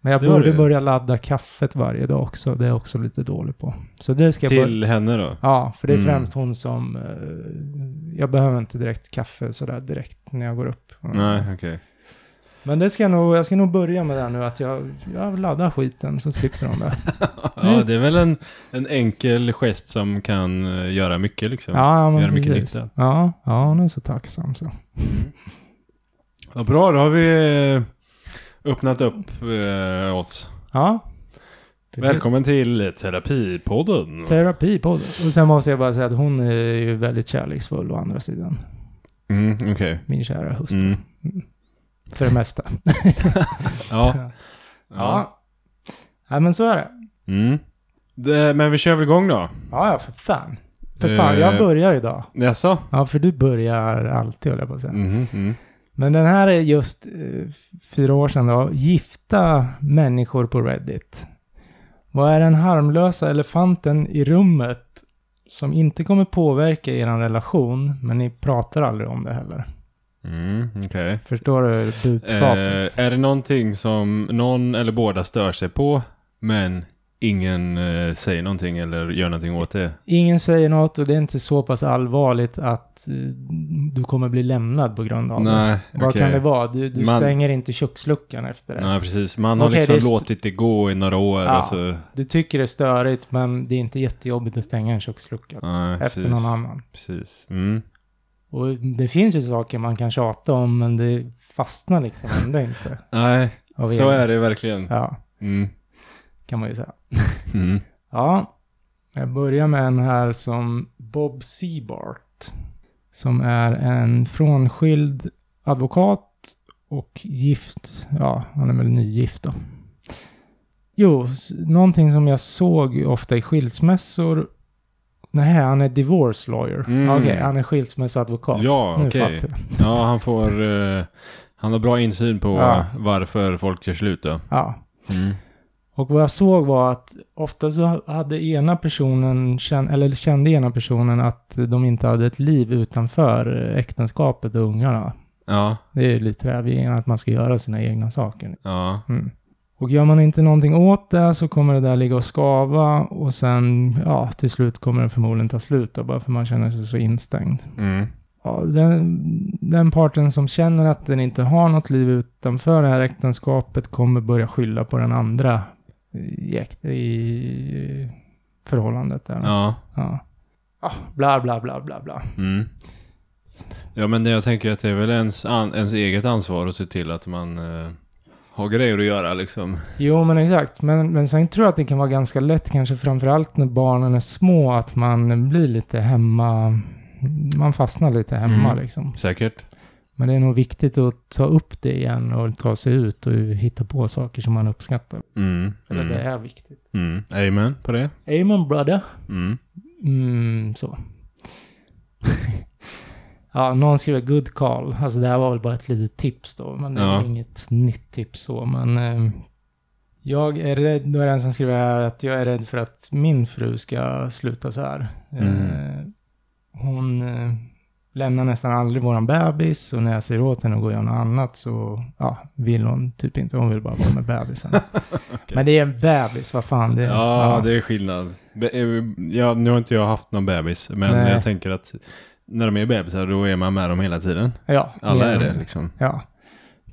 Speaker 1: Men jag
Speaker 2: Det var
Speaker 1: borde
Speaker 2: det.
Speaker 1: börja ladda kaffet varje dag också. Det är jag också lite dålig på. Så det ska jag börja...
Speaker 2: Till henne då?
Speaker 1: Ja, för det är
Speaker 2: Mm.
Speaker 1: främst hon som... eh, jag behöver inte direkt kaffe sådär direkt när jag går upp.
Speaker 2: Nej, okej.
Speaker 1: Men det ska jag nog, jag ska nog börja med det här nu att jag, jag laddar skiten så slipper de
Speaker 2: [laughs]
Speaker 1: det. Mm.
Speaker 2: Ja, det är väl en, en enkel gest som kan eh, göra mycket liksom.
Speaker 1: Ja, men
Speaker 2: Gör mycket
Speaker 1: precis.
Speaker 2: nytta.
Speaker 1: Ja, ja, hon är så tacksam så.
Speaker 2: Vad bra, då har vi eh, öppnat upp eh, oss.
Speaker 1: Ja. Precis.
Speaker 2: Välkommen till terapipodden.
Speaker 1: Terapipodd. Och sen måste jag bara säga att hon är ju väldigt kärleksfull å andra sidan.
Speaker 2: Mm, okej.
Speaker 1: Min kära hustru.
Speaker 2: Mm.
Speaker 1: För det mesta. [laughs]
Speaker 2: Ja. ja.
Speaker 1: Ja. ja, men så är det.
Speaker 2: Mm. Det, men vi kör väl igång då.
Speaker 1: Ja, ja, för fan. För fan, jag
Speaker 2: Eh,
Speaker 1: börjar idag.
Speaker 2: Jaså?
Speaker 1: Ja, för du börjar alltid, höll jag på att säga.
Speaker 2: Mhm, mm.
Speaker 1: Men den här är just eh, fyra år sedan då. Gifta människor på Reddit. Vad är den harmlösa elefanten i rummet som inte kommer påverka er relation, men ni pratar aldrig om det heller?
Speaker 2: Mm, okej.
Speaker 1: Förstår du budskapet?
Speaker 2: Eh, är det någonting som någon eller båda stör sig på, men ingen eh, säger någonting eller gör någonting åt det?
Speaker 1: Ingen säger något och det är inte så pass allvarligt att eh, du kommer bli lämnad på grund av det.
Speaker 2: Nej,
Speaker 1: Vad
Speaker 2: okej.
Speaker 1: kan det vara? Du, du
Speaker 2: Man-
Speaker 1: stänger inte köksluckan efter det.
Speaker 2: Nej, precis. Man har
Speaker 1: Okej,
Speaker 2: liksom
Speaker 1: det är st-
Speaker 2: låtit det gå i några år alltså.
Speaker 1: Ja.
Speaker 2: och så...
Speaker 1: Du tycker det är störigt, men det är inte jättejobbigt att stänga en kökslucka
Speaker 2: Nej,
Speaker 1: efter
Speaker 2: precis.
Speaker 1: någon annan.
Speaker 2: Precis. Mm.
Speaker 1: Och det finns ju saker man kan tjata om, men det fastnar liksom ändå inte.
Speaker 2: Nej,
Speaker 1: av
Speaker 2: så
Speaker 1: er.
Speaker 2: är det verkligen.
Speaker 1: Ja,
Speaker 2: Mm.
Speaker 1: kan man ju säga.
Speaker 2: Mm.
Speaker 1: Ja, jag börjar med en här som Bob Seabart. Som är en frånskild advokat och gift. Ja, han är väl nygift då. Jo, s- någonting som jag såg ofta i skilsmässor. Nej, han är divorce lawyer.
Speaker 2: Mm.
Speaker 1: Okej, han är skilsmässoadvokat.
Speaker 2: Ja,
Speaker 1: nu
Speaker 2: okej.
Speaker 1: fattar jag.
Speaker 2: Ja, han får... eh, han har bra insyn på
Speaker 1: Ja.
Speaker 2: varför folk gör slut då.
Speaker 1: Ja.
Speaker 2: Mm.
Speaker 1: Och vad jag såg var att ofta så hade ena personen, känn, eller kände ena personen att de inte hade ett liv utanför äktenskapet och ungarna.
Speaker 2: Ja,
Speaker 1: Det är ju lite det här vi menar, att man ska göra sina egna saker.
Speaker 2: ja.
Speaker 1: Mm. Och gör man inte någonting åt det så kommer det där ligga och skava och sen, ja, till slut kommer det förmodligen ta slut då, bara för man känner sig så instängd.
Speaker 2: Mm.
Speaker 1: ja, den, den parten som känner att den inte har något liv utanför det här äktenskapet kommer börja skylla på den andra i, äkt- i förhållandet. Där.
Speaker 2: Ja.
Speaker 1: Ja. Ah, bla, bla, bla, bla, bla.
Speaker 2: Mm. Ja men det, jag tänker att det är väl ens, an, ens eget ansvar att se till att man eh, har grejer att göra liksom.
Speaker 1: Jo, men exakt. Men, men sen tror jag att det kan vara ganska lätt, kanske framförallt när barnen är små, att man blir lite hemma. Man fastnar lite hemma
Speaker 2: Mm.
Speaker 1: liksom.
Speaker 2: Säkert.
Speaker 1: Men det är nog viktigt att ta upp det igen och ta sig ut och hitta på saker som man uppskattar.
Speaker 2: Mm.
Speaker 1: Eller det
Speaker 2: Mm.
Speaker 1: är viktigt.
Speaker 2: Mm. Amen på det.
Speaker 1: Amen brother.
Speaker 2: Mm.
Speaker 1: Mm, så. [laughs] ja, någon skriver good call. Alltså det här var väl bara ett litet tips då. Men det är
Speaker 2: Ja.
Speaker 1: inget nytt tips så. Men eh, jag är rädd, då är det en som skriver här att jag är rädd för att min fru ska sluta så här. Eh,
Speaker 2: Mm.
Speaker 1: hon eh, lämnar nästan aldrig våran bebis och när jag säger åt henne att gå och göra något annat så ja, vill hon typ inte. Hon vill bara vara med [laughs] bebisen. Men det är en bebis, vad fan det är.
Speaker 2: Ja, det är skillnad. Be- eh, Ja, nu har inte jag haft någon bebis, men
Speaker 1: Nej.
Speaker 2: jag tänker att när de är bebisar då är man med dem hela tiden.
Speaker 1: ja,
Speaker 2: Alla
Speaker 1: mer
Speaker 2: är
Speaker 1: än-
Speaker 2: det liksom.
Speaker 1: Ja.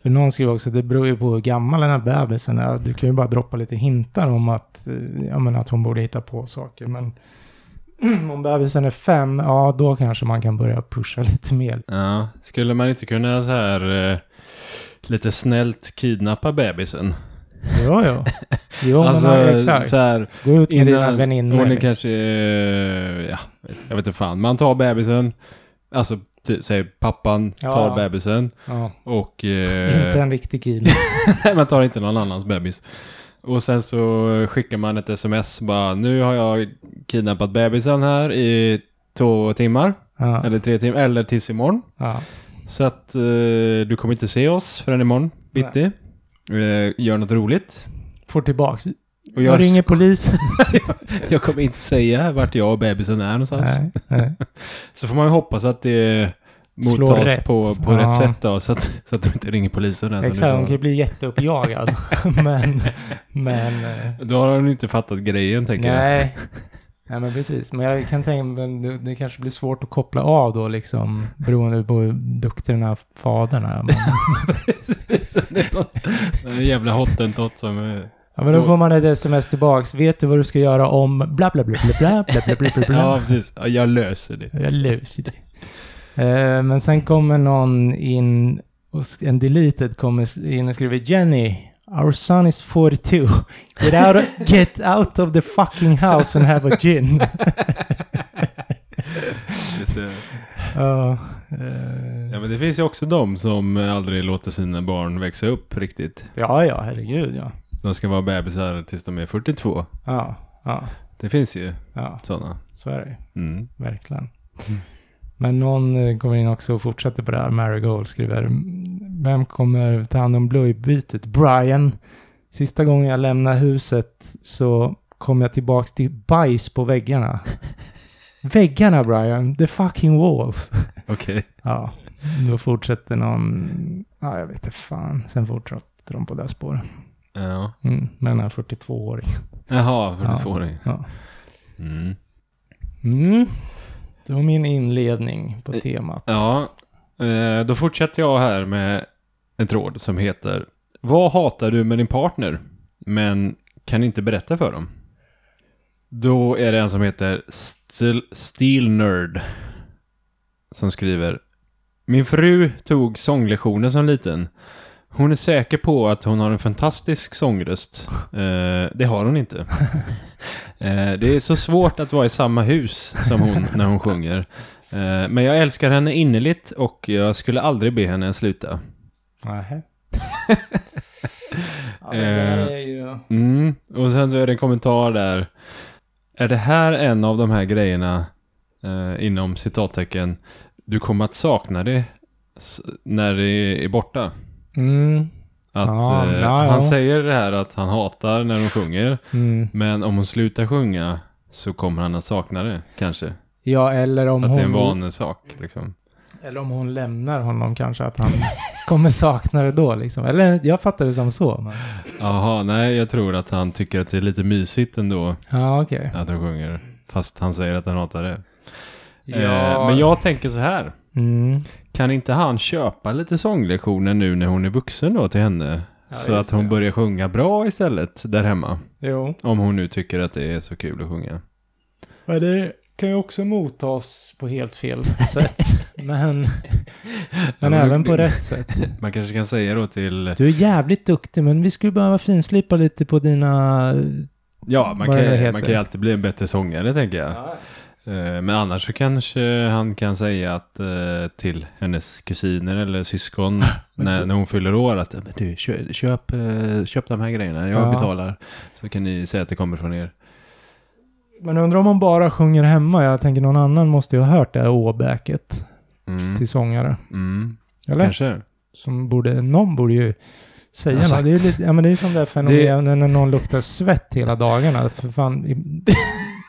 Speaker 1: För någon skrev också att det beror ju på hur gammal den här bebisen är. Du kan ju bara droppa lite hintar om att, eh, ja, men att hon borde hitta på saker. Men [clears throat] om bebisen är fem, ja då kanske man kan börja pusha [laughs] lite mer.
Speaker 2: Ja, skulle man inte kunna så här eh, lite snällt kidnappa bebisen?
Speaker 1: Jo, jo. Jo,
Speaker 2: alltså,
Speaker 1: men ja, exakt.
Speaker 2: så här
Speaker 1: Gå ut med dina
Speaker 2: innan
Speaker 1: väninnor.
Speaker 2: hon är
Speaker 1: liksom.
Speaker 2: kanske, eh, ja, vet- jag vet inte fan. Man tar bebisen, alltså ty, säg pappan
Speaker 1: Ja.
Speaker 2: tar bebisen
Speaker 1: Ja.
Speaker 2: och...
Speaker 1: Inte
Speaker 2: Eh,
Speaker 1: en riktig kille.
Speaker 2: [laughs] Nej, man tar inte någon annans bebis. Och sen så skickar man ett sms bara nu har jag kidnappat bebisen här i två timmar
Speaker 1: Ja,
Speaker 2: [laughs] eller tre timmar eller tills imorgon.
Speaker 1: ja.
Speaker 2: Så att eh, du kommer inte se oss förrän imorgon bitti. Eh, gör något roligt.
Speaker 1: Får tillbaks.
Speaker 2: Och
Speaker 1: Jag
Speaker 2: jag,
Speaker 1: ringer polisen.
Speaker 2: [laughs] jag kommer inte säga vart jag och bebisen är någonstans.
Speaker 1: nej, nej.
Speaker 2: Alltså, Så får man ju hoppas att det
Speaker 1: Slår
Speaker 2: mottas
Speaker 1: rätt.
Speaker 2: på, på
Speaker 1: Ja.
Speaker 2: rätt sätt då. Så att, så att du inte ringer polisen. där, som du
Speaker 1: Exakt,
Speaker 2: sa.
Speaker 1: hon kan ju bli jätteuppjagad. [laughs] men, men... eh,
Speaker 2: Då har hon inte fattat grejen tänker jag.
Speaker 1: Nej. Nej, men precis. Men jag kan tänka mig, det, det kanske blir svårt att koppla av då liksom, beroende på hur duktig den här fadern är.
Speaker 2: [laughs]
Speaker 1: Men,
Speaker 2: [laughs] Så det är någon- det är en jävla hottentott som... är-
Speaker 1: ja, men då får man ett sms tillbaks. Vet du vad du ska göra om bla bla bla bla bla bla bla bla bla
Speaker 2: [laughs] Ja,
Speaker 1: bla.
Speaker 2: precis. Ja, jag löser det.
Speaker 1: Jag löser det. Eh, men sen kommer någon in, och sk- en deleted kommer in och skriver Jenny, our son is 42. Get out, get out of the fucking house and have a
Speaker 2: [laughs]
Speaker 1: gin.
Speaker 2: Just det.
Speaker 1: Ja, eh,
Speaker 2: Ja, men det finns ju också de som aldrig låter sina barn växa upp riktigt.
Speaker 1: ja, ja, herregud ja.
Speaker 2: De ska vara bebisar tills de är 42.
Speaker 1: Ja, ja,
Speaker 2: Det finns ju
Speaker 1: ja,
Speaker 2: sådana.
Speaker 1: så är det ju,
Speaker 2: Mm.
Speaker 1: verkligen.
Speaker 2: Mm.
Speaker 1: Men någon eh, kommer in också och fortsätter på det här. Marigold skriver, "Mm, vem kommer ta hand om blöjbytet? Brian. Sista gången jag lämnar huset så kom jag tillbaks till bajs på väggarna. väggarna Brian, the fucking walls.
Speaker 2: Okej.
Speaker 1: Ja, då fortsätter någon, ja jag vet inte fan, sen fortsätter de på det här spåret.
Speaker 2: Ja.
Speaker 1: Mm, med den här 42-åringen.
Speaker 2: Jaha, 42-åring.
Speaker 1: Ja.
Speaker 2: Mm.
Speaker 1: Mm. Det var min inledning på
Speaker 2: Eh,
Speaker 1: temat.
Speaker 2: Ja, eh, då fortsätter jag här med en tråd som heter Vad hatar du med din partner men kan inte berätta för dem? Då är det en som heter Stil, Steel Nerd som skriver Min fru tog sånglektioner som liten. Hon är säker på att hon har en fantastisk sångröst. Eh, det har hon inte. Eh, det är så svårt att vara i samma hus som hon när hon sjunger. Eh, Men jag älskar henne innerligt och jag skulle aldrig be henne sluta. [laughs]
Speaker 1: Nähä. ja,
Speaker 2: det där
Speaker 1: är ju...
Speaker 2: Mm. Och sen så är det en kommentar där. Är det här en av de här grejerna eh, inom citattecken du kommer att sakna det s- när det är borta?
Speaker 1: Mm.
Speaker 2: Att,
Speaker 1: Ja,
Speaker 2: eh,
Speaker 1: ja, ja.
Speaker 2: Han säger det här att han hatar när hon sjunger,
Speaker 1: Mm.
Speaker 2: men om hon slutar sjunga så kommer han att sakna det, kanske.
Speaker 1: Ja, eller om,
Speaker 2: Att det är en
Speaker 1: hon,
Speaker 2: vanesak, liksom.
Speaker 1: eller om hon lämnar honom kanske, att han [laughs] kommer sakna det då liksom. Eller jag fattar det som så. Men...
Speaker 2: Jaha, nej, jag tror att han tycker att det är lite mysigt ändå.
Speaker 1: Ja, okej.
Speaker 2: Att hon sjunger. Fast han säger att han hatar det.
Speaker 1: Ja.
Speaker 2: Eh, men jag tänker så här.
Speaker 1: Mm.
Speaker 2: Kan inte han köpa lite sånglektioner nu när hon är vuxen då till henne?
Speaker 1: Ja,
Speaker 2: så
Speaker 1: just
Speaker 2: att hon
Speaker 1: det.
Speaker 2: börjar sjunga bra istället där hemma.
Speaker 1: Jo.
Speaker 2: Om hon nu tycker att det är så kul att sjunga.
Speaker 1: Ja, det kan ju också mottas på helt [laughs] fel sätt.
Speaker 2: [laughs]
Speaker 1: men men
Speaker 2: men
Speaker 1: även
Speaker 2: det-
Speaker 1: på rätt sätt.
Speaker 2: Man kanske kan säga då till...
Speaker 1: Du är jävligt duktig, men vi skulle behöva finslipa lite på dina...
Speaker 2: Ja, man
Speaker 1: Vad det
Speaker 2: kan,
Speaker 1: heter.
Speaker 2: man kan ju alltid bli en bättre sångare tänker jag. Eh, Men annars så kanske han kan säga att eh, till hennes kusiner eller syskon när, när hon fyller år att "Men du, kö- köp, eh, köp de här grejerna, jag
Speaker 1: Ja.
Speaker 2: betalar. Så kan ni säga att det kommer från er.
Speaker 1: Men undrar om hon bara sjunger hemma. Jag tänker någon annan måste ju ha hört det här åbäket
Speaker 2: Mm,
Speaker 1: till sångare.
Speaker 2: mm,
Speaker 1: Eller?
Speaker 2: kanske.
Speaker 1: Som borde, någon borde ju säga
Speaker 2: Ja,
Speaker 1: något.
Speaker 2: sagt.
Speaker 1: Det är, ju lite, ja, men det är ju som det här fenomenet när någon luktar svett hela dagarna. För fan, i,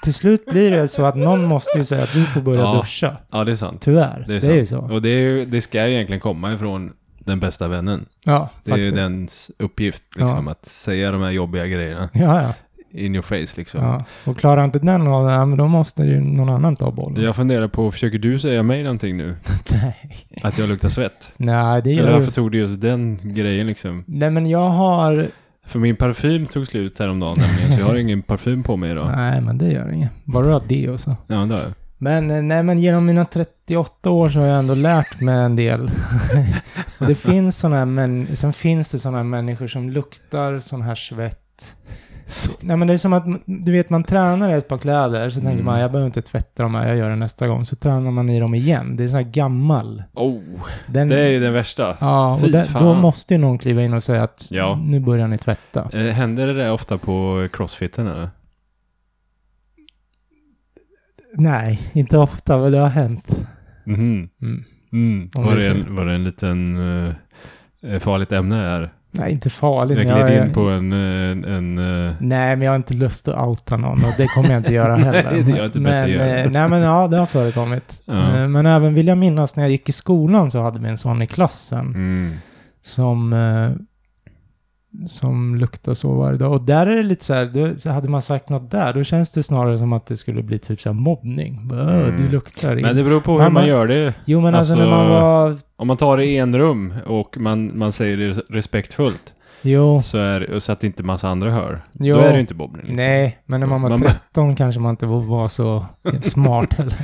Speaker 1: till slut blir det så att någon måste ju säga att du får börja
Speaker 2: Ja.
Speaker 1: duscha.
Speaker 2: Ja, det är sant.
Speaker 1: Tyvärr, det är,
Speaker 2: sant.
Speaker 1: ju så.
Speaker 2: Och det, är, ju- det ska ju egentligen komma ifrån den bästa vännen.
Speaker 1: Ja,
Speaker 2: Det är
Speaker 1: faktiskt.
Speaker 2: ju dens uppgift, liksom, att säga de här jobbiga grejerna
Speaker 1: Ja, ja,
Speaker 2: in your face, liksom.
Speaker 1: ja. Och klarar inte den av det, ja, men då måste ju någon annan ta bollen.
Speaker 2: Jag funderar på, försöker du säga mig någonting nu?
Speaker 1: [laughs] Nej.
Speaker 2: Att jag luktar svett?
Speaker 1: Nej, det
Speaker 2: Eller
Speaker 1: gör
Speaker 2: varför
Speaker 1: ju...
Speaker 2: tog du just den grejen liksom?
Speaker 1: Nej, men jag har...
Speaker 2: För min parfym tog slut häromdagen nämligen, så jag har ingen parfym på mig idag.
Speaker 1: Nej, men det gör inget. Bara du har det och så.
Speaker 2: Ja, det har jag.
Speaker 1: Men, eh, nej, men genom mina 38 år så har jag ändå lärt mig en del. [laughs] Och det finns sådana här män... Sen finns det sådana här människor som luktar sån här svett.
Speaker 2: Så.
Speaker 1: Nej, men det är som att, du vet, man tränar i ett par kläder, så tänker
Speaker 2: Mm.
Speaker 1: man, jag behöver inte tvätta dem här, jag gör det nästa gång. Så tränar man i dem igen. Det är sån här gammal.
Speaker 2: Oh,
Speaker 1: Den,
Speaker 2: det är ju den värsta.
Speaker 1: Ja, och
Speaker 2: Fy
Speaker 1: där,
Speaker 2: fan.
Speaker 1: då måste ju någon kliva in och säga att
Speaker 2: Ja.
Speaker 1: nu börjar ni tvätta.
Speaker 2: Eh, Händer det där ofta på crossfiten eller?
Speaker 1: Nej, inte ofta, men det har hänt.
Speaker 2: Mhm.
Speaker 1: Mm.
Speaker 2: Mm.
Speaker 1: Om
Speaker 2: Var,
Speaker 1: vi
Speaker 2: det
Speaker 1: ser.
Speaker 2: en, var det en liten eh, farligt ämne här?
Speaker 1: Nej, inte farligt.
Speaker 2: Jag
Speaker 1: men jag
Speaker 2: gled
Speaker 1: är-
Speaker 2: in på en... eh, en, en eh,
Speaker 1: Nej, men jag har inte lust att outa någon och det kommer jag inte
Speaker 2: [laughs]
Speaker 1: göra heller.
Speaker 2: Nej, det gör inte
Speaker 1: men,
Speaker 2: bättre gör.
Speaker 1: eh, nej, men ja, det har förekommit.
Speaker 2: Ja.
Speaker 1: Eh, Men även vill jag minnas när jag gick i skolan så hade vi en sån i klassen
Speaker 2: mm.
Speaker 1: som, eh, som luktar så varje dag. Och där är det lite så här, då, så hade man sagt något där, då känns det snarare som att det skulle bli typ så här mobbning. Bara, "Åh, Du
Speaker 2: Mm.
Speaker 1: luktar.
Speaker 2: Men det beror på hur
Speaker 1: Men
Speaker 2: man
Speaker 1: man-
Speaker 2: gör det.
Speaker 1: Jo, men alltså, när
Speaker 2: alltså-
Speaker 1: man var...
Speaker 2: Om man tar det i en rum och man, man säger det respektfullt
Speaker 1: Jo,
Speaker 2: så, är, och så att inte massa andra hör.
Speaker 1: Jo.
Speaker 2: Då är det inte bobbning. liksom.
Speaker 1: nej, men när man var
Speaker 2: Man-
Speaker 1: 13 kanske man inte var
Speaker 2: [laughs]
Speaker 1: så smart heller.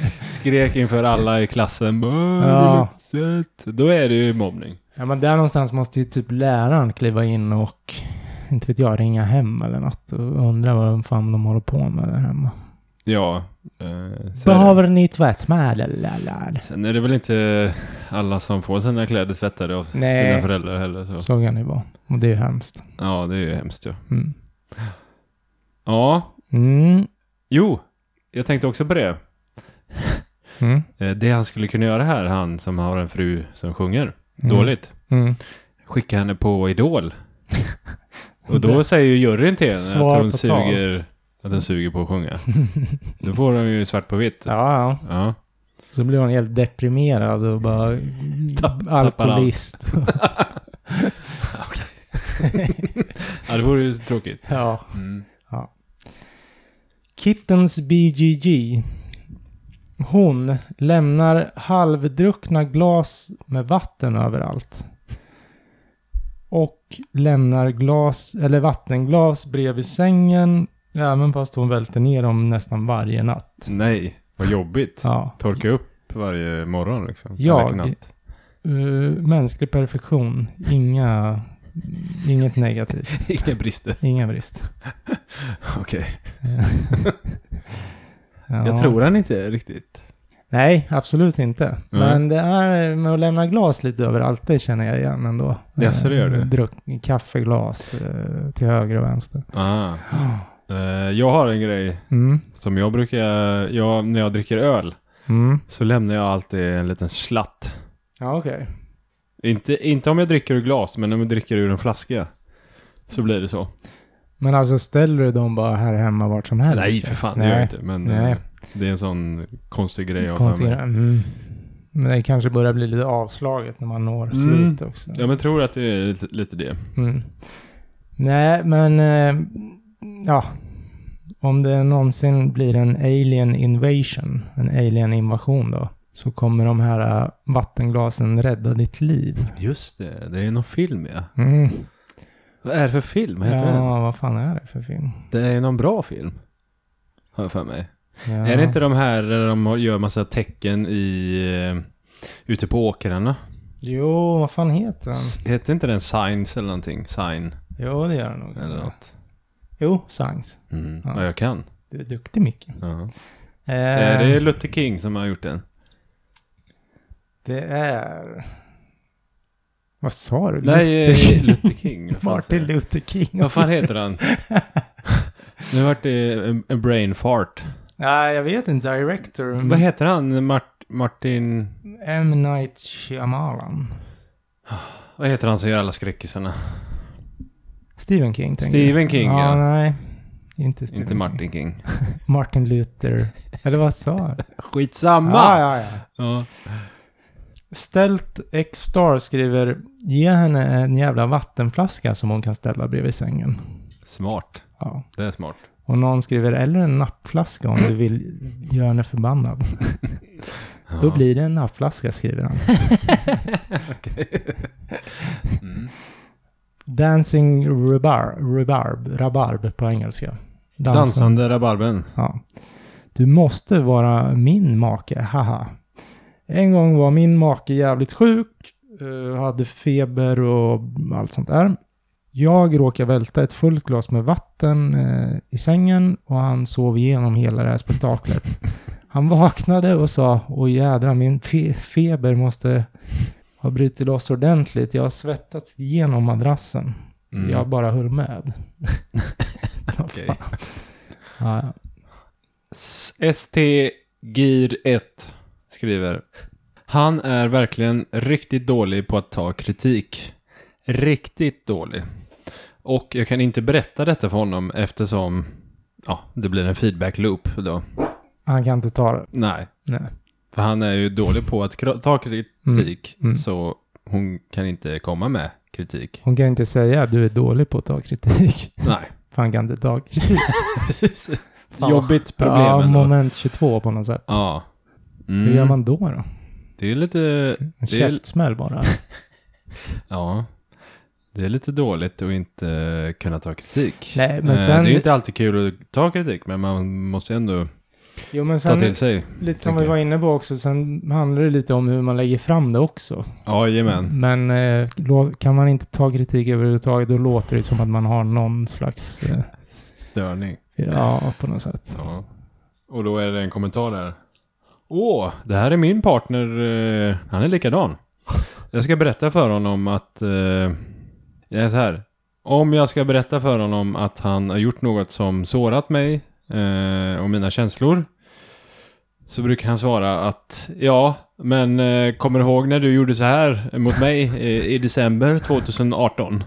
Speaker 2: Skrek inför alla i klassen.
Speaker 1: Ja.
Speaker 2: Ja. Då är det ju mobbning.
Speaker 1: Ja, men där någonstans måste ju typ läraren kliva in och, inte vet jag, ringa hem eller något och undra vad de fan de håller på med där hemma.
Speaker 2: Ja. Eh, så är det.
Speaker 1: Behöver ni tvättmedel eller?
Speaker 2: Sen är det väl inte alla som får sina kläder tvättade av
Speaker 1: Nej.
Speaker 2: sina föräldrar heller. Så.
Speaker 1: Så kan det vara. Och det är ju hemskt.
Speaker 2: Ja, det är ju hemskt ja.
Speaker 1: Mm.
Speaker 2: Ja,
Speaker 1: Mm.
Speaker 2: jo. Jag tänkte också på det.
Speaker 1: Mm.
Speaker 2: Eh, Det han skulle kunna göra här, han som har en fru som sjunger
Speaker 1: Mm.
Speaker 2: dåligt.
Speaker 1: Mm.
Speaker 2: Skicka henne på Idol. Och
Speaker 1: [laughs]
Speaker 2: då säger ju juryn till henne
Speaker 1: Svar
Speaker 2: att
Speaker 1: på
Speaker 2: hon,
Speaker 1: tal.
Speaker 2: suger, att hon suger på
Speaker 1: [laughs]
Speaker 2: att sjunga. Då får de ju svart på vitt.
Speaker 1: Ja, ja.
Speaker 2: ja.
Speaker 1: Så blir hon helt deprimerad och bara
Speaker 2: [laughs] Tapp- tappar allt.
Speaker 1: alkoholist.
Speaker 2: Ja, det vore ju tråkigt.
Speaker 1: [laughs] ja.
Speaker 2: Mm.
Speaker 1: Kittens BGG. Hon lämnar halvdruckna glas med vatten överallt. Och lämnar glas, eller vattenglas bredvid sängen. Även fast hon välter ner dem nästan varje natt.
Speaker 2: Nej, vad jobbigt.
Speaker 1: Ja.
Speaker 2: Torka upp varje morgon liksom.
Speaker 1: Jag-
Speaker 2: Eller
Speaker 1: [laughs]
Speaker 2: natt.
Speaker 1: Eh, mänsklig perfektion. Inga, inget negativt.
Speaker 2: Inga brister.
Speaker 1: Inga brist.
Speaker 2: [laughs]
Speaker 1: Eh.
Speaker 2: Okej.
Speaker 1: Ja.
Speaker 2: [laughs] Jag tror han inte riktigt.
Speaker 1: Nej, absolut inte. Men
Speaker 2: Nej.
Speaker 1: det är med att lämna glas lite överallt, det känner jag igen ändå.
Speaker 2: Ja, så det gör du?
Speaker 1: Eh, Druck, kaffeglas eh, till höger och vänster.
Speaker 2: [gasps] Ah. Eh, jag har en grej
Speaker 1: Mm,
Speaker 2: som jag brukar, jag, när jag dricker öl
Speaker 1: mm.
Speaker 2: så lämnar jag alltid en liten slatt.
Speaker 1: Ja, okej.
Speaker 2: Inte, inte om jag dricker ur glas, men om jag dricker ur en flaska. Så blir det så.
Speaker 1: Men alltså ställer du dem bara här hemma vart som helst?
Speaker 2: Nej, för fan, det
Speaker 1: Nej.
Speaker 2: gör jag inte. Men eh,
Speaker 1: Nej.
Speaker 2: det är en sån konstig grej jag har för
Speaker 1: Konstigt.
Speaker 2: mig.
Speaker 1: Mm. Men det kanske börjar bli lite avslaget när man når
Speaker 2: Mm.
Speaker 1: slut också.
Speaker 2: Ja, men tror att det är lite, lite det.
Speaker 1: Mm. Nej, men eh, ja. Om det någonsin blir en alien invasion, en alien invasion då, så kommer de här äh, vattenglasen rädda ditt liv.
Speaker 2: Just det, det är någon film ja.
Speaker 1: Mm.
Speaker 2: Vad är det för film? Vad heter den?
Speaker 1: Ja, vad fan är det för film?
Speaker 2: Det är ju någon bra film. Har jag för mig.
Speaker 1: Ja.
Speaker 2: Är det inte de här där de gör massa tecken i... eh, Ute på åkrarna?
Speaker 1: Jo, vad fan heter den?
Speaker 2: S- Heter inte den Signs eller någonting? Sign
Speaker 1: Jo, det gör den nog.
Speaker 2: eller något.
Speaker 1: Jo, Sangs.
Speaker 2: Mm.
Speaker 1: Ja.
Speaker 2: Ja. jag kan.
Speaker 1: Du är duktig Micke.
Speaker 2: Ja.
Speaker 1: Eh,
Speaker 2: Är det Luther King som har gjort den?
Speaker 1: det är... Vad sa du?
Speaker 2: Nej, eh,
Speaker 1: Luther King?
Speaker 2: Luther King. vad fan
Speaker 1: Martin
Speaker 2: säger jag?
Speaker 1: Luther King.
Speaker 2: Vad fan
Speaker 1: [laughs]
Speaker 2: heter han? nu vart det en, en brain fart.
Speaker 1: Nej, jag vet inte. Director.
Speaker 2: Mm. Vad heter han? Mart, Martin...
Speaker 1: M. Night Shyamalan.
Speaker 2: Vad heter han som gör alla skräckisarna?
Speaker 1: Stephen King tänker
Speaker 2: Stephen
Speaker 1: jag.
Speaker 2: King,
Speaker 1: ja.
Speaker 2: ja.
Speaker 1: nej. Inte Stephen
Speaker 2: Inte Martin King.
Speaker 1: King. Martin Luther. Eller vad sa
Speaker 2: [laughs]
Speaker 1: jag?
Speaker 2: Skitsamma!
Speaker 1: Ja, ja, ja.
Speaker 2: Ja.
Speaker 1: Ställt X Star skriver Ge henne en jävla vattenflaska som hon kan ställa bredvid sängen.
Speaker 2: Smart.
Speaker 1: Ja.
Speaker 2: Det är smart.
Speaker 1: Och någon skriver eller en nappflaska om du
Speaker 2: [laughs]
Speaker 1: vill göra henne förbannad.
Speaker 2: Ja.
Speaker 1: Då blir det en nappflaska skriver han. [laughs]
Speaker 2: Mm.
Speaker 1: Dancing rhubarb, rhubarb, rabarb på engelska. Dansa-
Speaker 2: Dansande rabarben.
Speaker 1: Ja. Du måste vara min make, haha. En gång var min make jävligt sjuk, eh, hade feber och allt sånt där. Jag råkade välta ett fullt glas med vatten eh, i sängen och han sov igenom hela det här spektaklet. Han vaknade och sa, åh jädra min fe- feber måste ha brutit loss ordentligt. Jag har svettats igenom madrassen.
Speaker 2: Mm.
Speaker 1: Jag bara höll
Speaker 2: [laughs]
Speaker 1: med. [laughs]
Speaker 2: Okej.
Speaker 1: Ja, ja.
Speaker 2: ST Gir 1 skriver. Han är verkligen riktigt dålig på att ta kritik. Riktigt dålig. Och jag kan inte berätta detta för honom eftersom ja, det blir en feedback loop då.
Speaker 1: Han kan inte ta det.
Speaker 2: Nej,
Speaker 1: Nej.
Speaker 2: för han är ju dålig på att kra- ta kritik
Speaker 1: Mm, mm.
Speaker 2: så hon kan inte komma med kritik.
Speaker 1: Hon kan inte säga att du är dålig på att ta kritik. [laughs]
Speaker 2: Nej,
Speaker 1: Fan kan du ta
Speaker 2: [laughs]
Speaker 1: kritik?
Speaker 2: precis.
Speaker 1: vad-
Speaker 2: Jobbigt problem
Speaker 1: ja,
Speaker 2: ändå.
Speaker 1: moment 22 på något sätt.
Speaker 2: Ja.
Speaker 1: Hur gör
Speaker 2: Mm.
Speaker 1: man då? då?
Speaker 2: Det är lite
Speaker 1: En
Speaker 2: Det är-
Speaker 1: käftsmäll
Speaker 2: [laughs]
Speaker 1: bara.
Speaker 2: Ja. Det är lite dåligt att inte kunna ta kritik.
Speaker 1: Nej, men
Speaker 2: Eh,
Speaker 1: sen-
Speaker 2: Det är ju inte alltid kul att ta kritik, men man måste ändå
Speaker 1: Jo, men
Speaker 2: ta
Speaker 1: sen
Speaker 2: till sig.
Speaker 1: lite som
Speaker 2: tänker
Speaker 1: vi var inne på också, sen handlar det lite om hur man lägger fram det också.
Speaker 2: Jajamän.
Speaker 1: Men eh, lo- kan man inte ta kritik överhuvudtaget, då låter det som att man har någon slags, eh,
Speaker 2: Störning.
Speaker 1: ja, på något sätt. [laughs]
Speaker 2: Ja. Och då är det en kommentar där. Åh, det här är min partner. eh, Han är likadan. Jag ska berätta för honom att... eh, Det är så här. Om jag ska berätta för honom att han har gjort något som sårat mig eh, och mina känslor. Så brukar han svara att ja, men eh, kommer du ihåg när du gjorde så här mot mig eh, i december 2018?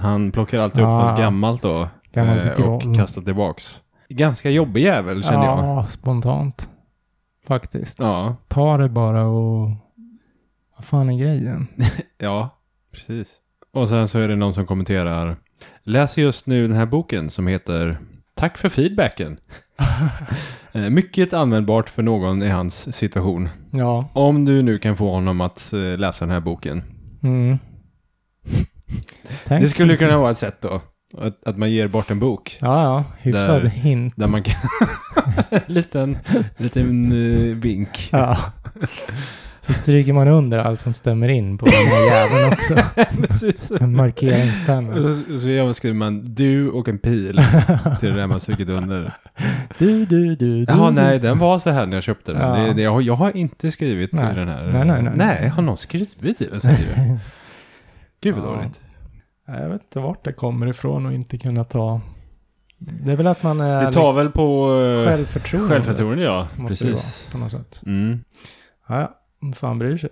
Speaker 2: Han plockar alltid upp
Speaker 1: Ah.
Speaker 2: något gammalt då.
Speaker 1: Gammalt
Speaker 2: eh,
Speaker 1: tycker om.
Speaker 2: och kastar tillbaks. Ganska jobbig jävel känner jag.
Speaker 1: ja, spontant. Faktiskt.
Speaker 2: Ja,
Speaker 1: Ta det bara och... Vad fan är grejen?
Speaker 2: ja, precis. Och sen så är det någon som kommenterar. Läser just nu den här boken som heter Tack
Speaker 1: [laughs]
Speaker 2: för feedbacken. Eh, Mycket användbart för någon i hans situation.
Speaker 1: Ja.
Speaker 2: Om du nu kan få honom att eh, läsa den här boken.
Speaker 1: Mm. Tänk.
Speaker 2: Det skulle ju kunna vara ett sätt då. Att, att man ger bort en bok.
Speaker 1: Ja, ja. Hyfsad
Speaker 2: Där.
Speaker 1: hint.
Speaker 2: Där
Speaker 1: [laughs]
Speaker 2: man kan... [laughs] liten, liten eh, vink.
Speaker 1: Ja. Så stryker man under allt som stämmer in på den här jäveln också.
Speaker 2: [laughs] Precis.
Speaker 1: En
Speaker 2: Och
Speaker 1: markeringspenna.
Speaker 2: så, så gör man- skriver man du och en pil till det där man
Speaker 1: [laughs]
Speaker 2: strukit under.
Speaker 1: Du, du, du, du.
Speaker 2: Jaha,
Speaker 1: du.
Speaker 2: nej, den var så här när jag köpte den.
Speaker 1: Ja.
Speaker 2: Det, det, jag, har, jag har inte skrivit
Speaker 1: Nej.
Speaker 2: i den här.
Speaker 1: Nej, nej, nej.
Speaker 2: har någon skrivit i den? så
Speaker 1: [laughs]
Speaker 2: skriver jag. Gud vad
Speaker 1: Ja.
Speaker 2: dåligt.
Speaker 1: Nej, Jag vet inte vart det kommer ifrån och inte kunna ta... Det är väl att man är liksom
Speaker 2: Det tar väl på eh,
Speaker 1: självförtroende.
Speaker 2: självförtroende, ja.
Speaker 1: Måste
Speaker 2: Precis.
Speaker 1: det vara på något sätt.
Speaker 2: Mm.
Speaker 1: Ja, ja. Vem fan bryr sig?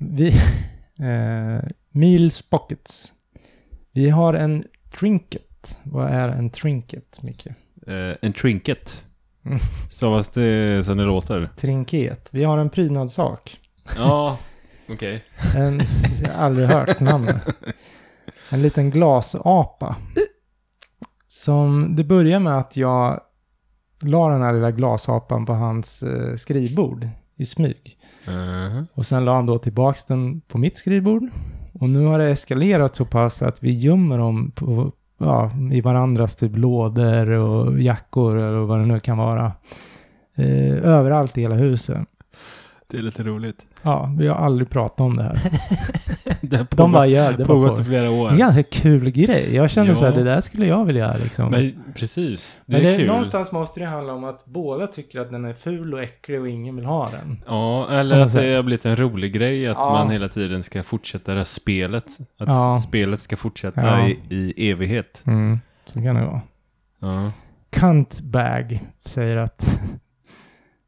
Speaker 1: Vi, [laughs] eh, Meals Pockets. Vi har en trinket. Vad är en trinket, Micke?
Speaker 2: Eh, en trinket.
Speaker 1: Mm.
Speaker 2: Stavas det som det låter?
Speaker 1: Trinket. Vi har en prydnadssak.
Speaker 2: Ja, [laughs] okej.
Speaker 1: En, jag har aldrig hört namnet. En liten glasapa. Som, det börjar med att jag la den här lilla glashapan på hans eh, skrivbord i smyg.
Speaker 2: Mhm.
Speaker 1: Och sen la han då tillbaks den på mitt skrivbord. Och nu har det eskalerat så pass att vi gömmer dem på, ja, i varandras typ lådor och jackor eller vad det nu kan vara. Eh, överallt i hela huset.
Speaker 2: Det är lite roligt. [laughs]
Speaker 1: Ja, vi har aldrig pratat om det här.
Speaker 2: Det har
Speaker 1: De bara
Speaker 2: pågått-
Speaker 1: gör det. Bara
Speaker 2: pågått i
Speaker 1: på.
Speaker 2: flera år.
Speaker 1: En ganska kul grej. Jag kände så här,
Speaker 2: Ja.
Speaker 1: det där skulle jag vilja göra liksom.
Speaker 2: Men precis, det
Speaker 1: Men
Speaker 2: är
Speaker 1: det,
Speaker 2: kul.
Speaker 1: någonstans måste det handla om att båda tycker att den är ful och äcklig och ingen vill ha den.
Speaker 2: Ja,
Speaker 1: Om
Speaker 2: eller
Speaker 1: man
Speaker 2: att det
Speaker 1: säger.
Speaker 2: har blivit en rolig grej att
Speaker 1: Ja.
Speaker 2: man hela tiden ska fortsätta det här spelet. Att
Speaker 1: Ja.
Speaker 2: spelet ska fortsätta
Speaker 1: Ja.
Speaker 2: i, i evighet.
Speaker 1: Mm, så kan det vara.
Speaker 2: Ja.
Speaker 1: Cuntbag säger att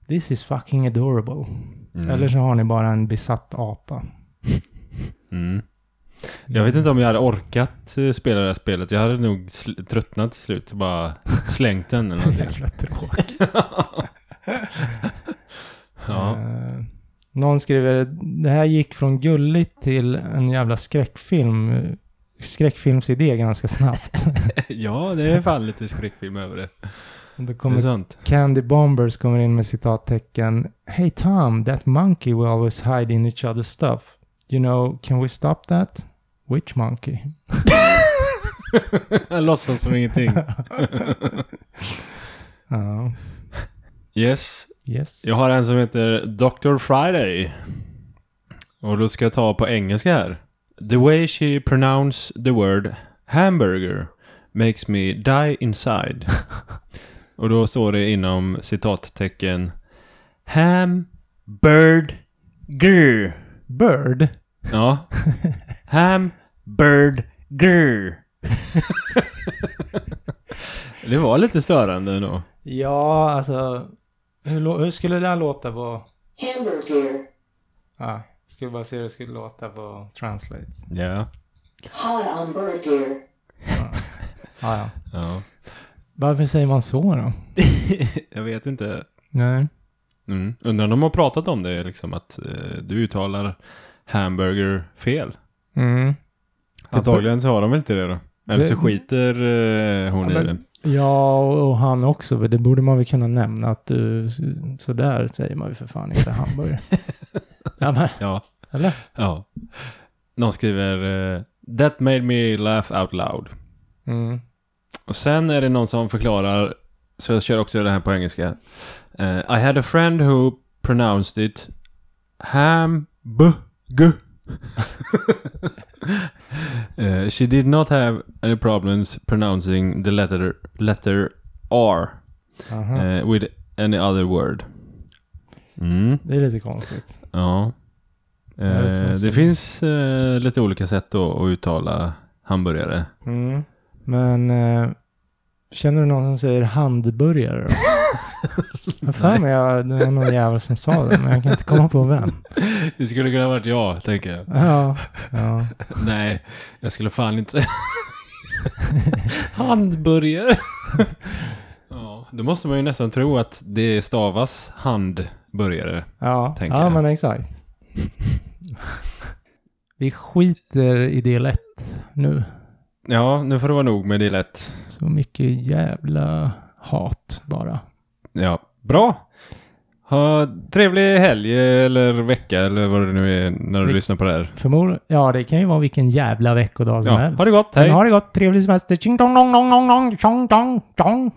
Speaker 1: this is fucking adorable.
Speaker 2: Mm.
Speaker 1: Eller så har ni bara en besatt apa.
Speaker 2: Mm. Jag vet inte om jag hade orkat eh, spela det här spelet. Jag hade nog sl- tröttnat till slut. Bara slängt den eller
Speaker 1: [laughs]
Speaker 2: någonting.
Speaker 1: [laughs] Jävla tråkigt.
Speaker 2: Ja.
Speaker 1: Eh, någon skriver, det här gick från gulligt till en jävla skräckfilm. Skräckfilmsidé ganska
Speaker 2: [laughs]
Speaker 1: snabbt.
Speaker 2: ja, det är fan lite skräckfilm över det.
Speaker 1: Det
Speaker 2: Det är
Speaker 1: kommer
Speaker 2: sant. [laughs]
Speaker 1: Candy Bombers kommer in med citattecken. Hey Tom, that monkey we always hide in each other's stuff. You know, can we stop that? Which monkey?
Speaker 2: Jag låtsas som
Speaker 1: [laughs]
Speaker 2: ingenting.
Speaker 1: Ja,
Speaker 2: Yes,
Speaker 1: yes.
Speaker 2: Jag har en som heter Dr. Friday. Och då ska jag ta på engelska här. The way she pronounced the word hamburger makes me die inside. Och då står det inom citattecken Hamburger.
Speaker 1: Bird.
Speaker 2: Ja. Hamburger. det var lite störande ändå.
Speaker 1: Ja, alltså. Hur, lå- hur skulle den låta på...
Speaker 3: Hamburger.
Speaker 1: Ah, skulle bara se hur det skulle låta på translate.
Speaker 2: Ja.
Speaker 3: Hot hamburger.
Speaker 1: Ah, ja.
Speaker 2: ja. [laughs]
Speaker 1: Varför säger man så då?
Speaker 2: jag vet inte.
Speaker 1: Nej.
Speaker 2: Mm. Undrar om de har pratat om det, liksom att eh, du uttalar hamburger fel.
Speaker 1: Mm.
Speaker 2: Antagligen så har de väl inte det då. Eller så
Speaker 1: Det-
Speaker 2: skiter eh, hon
Speaker 1: Ja,
Speaker 2: i
Speaker 1: men-
Speaker 2: det.
Speaker 1: Ja, och han också. för Det borde man väl kunna nämna att du... Sådär säger man ju för fan inte [laughs] hamburgare. ja, men,
Speaker 2: Ja.
Speaker 1: eller?
Speaker 2: ja. Någon skriver eh, That made me laugh out loud.
Speaker 1: Mm.
Speaker 2: Och sen är det någon som förklarar, så jag kör också det här på engelska. Eh, I had a friend who pronounced it ham-bu-gu. [laughs] Eh, she did not have any problems pronouncing the letter, letter R
Speaker 1: Aha.
Speaker 2: eh, with any other word. Mm,
Speaker 1: Det är lite konstigt.
Speaker 2: ja.
Speaker 1: det är
Speaker 2: Eh,
Speaker 1: som jag
Speaker 2: det
Speaker 1: säger.
Speaker 2: finns eh, lite olika sätt då att uttala hamburgare.
Speaker 1: Mm. Men eh, känner du någon som säger handburgare
Speaker 2: [laughs]
Speaker 1: då? Jag har för mig jag, det var någon jävel som sa det, men jag kan inte komma på
Speaker 2: [laughs]
Speaker 1: vem.
Speaker 2: Det skulle kunna varit jag, tänker jag.
Speaker 1: Ja, ja.
Speaker 2: Nej, jag skulle fan inte säga. [laughs] Handburgare.
Speaker 1: [laughs]
Speaker 2: ja, då måste man ju nästan tro att det stavas handburgare.
Speaker 1: Ja,
Speaker 2: Tänker
Speaker 1: ja
Speaker 2: jag.
Speaker 1: men exakt. Vi skiter i del ett nu.
Speaker 2: Ja, nu får det vara nog med det lätt.
Speaker 1: Så mycket jävla hat bara.
Speaker 2: Ja, bra. Ha trevlig helg eller vecka eller vad det nu är när du
Speaker 1: Det-
Speaker 2: lyssnar på det här.
Speaker 1: Förmodligen, ja det kan ju vara vilken jävla veckodag som
Speaker 2: Ja,
Speaker 1: helst.
Speaker 2: ha det gott, hej!
Speaker 1: Men ha det gott, trevlig semester. Tjing dong dong dong dong dong, tjong dong dong.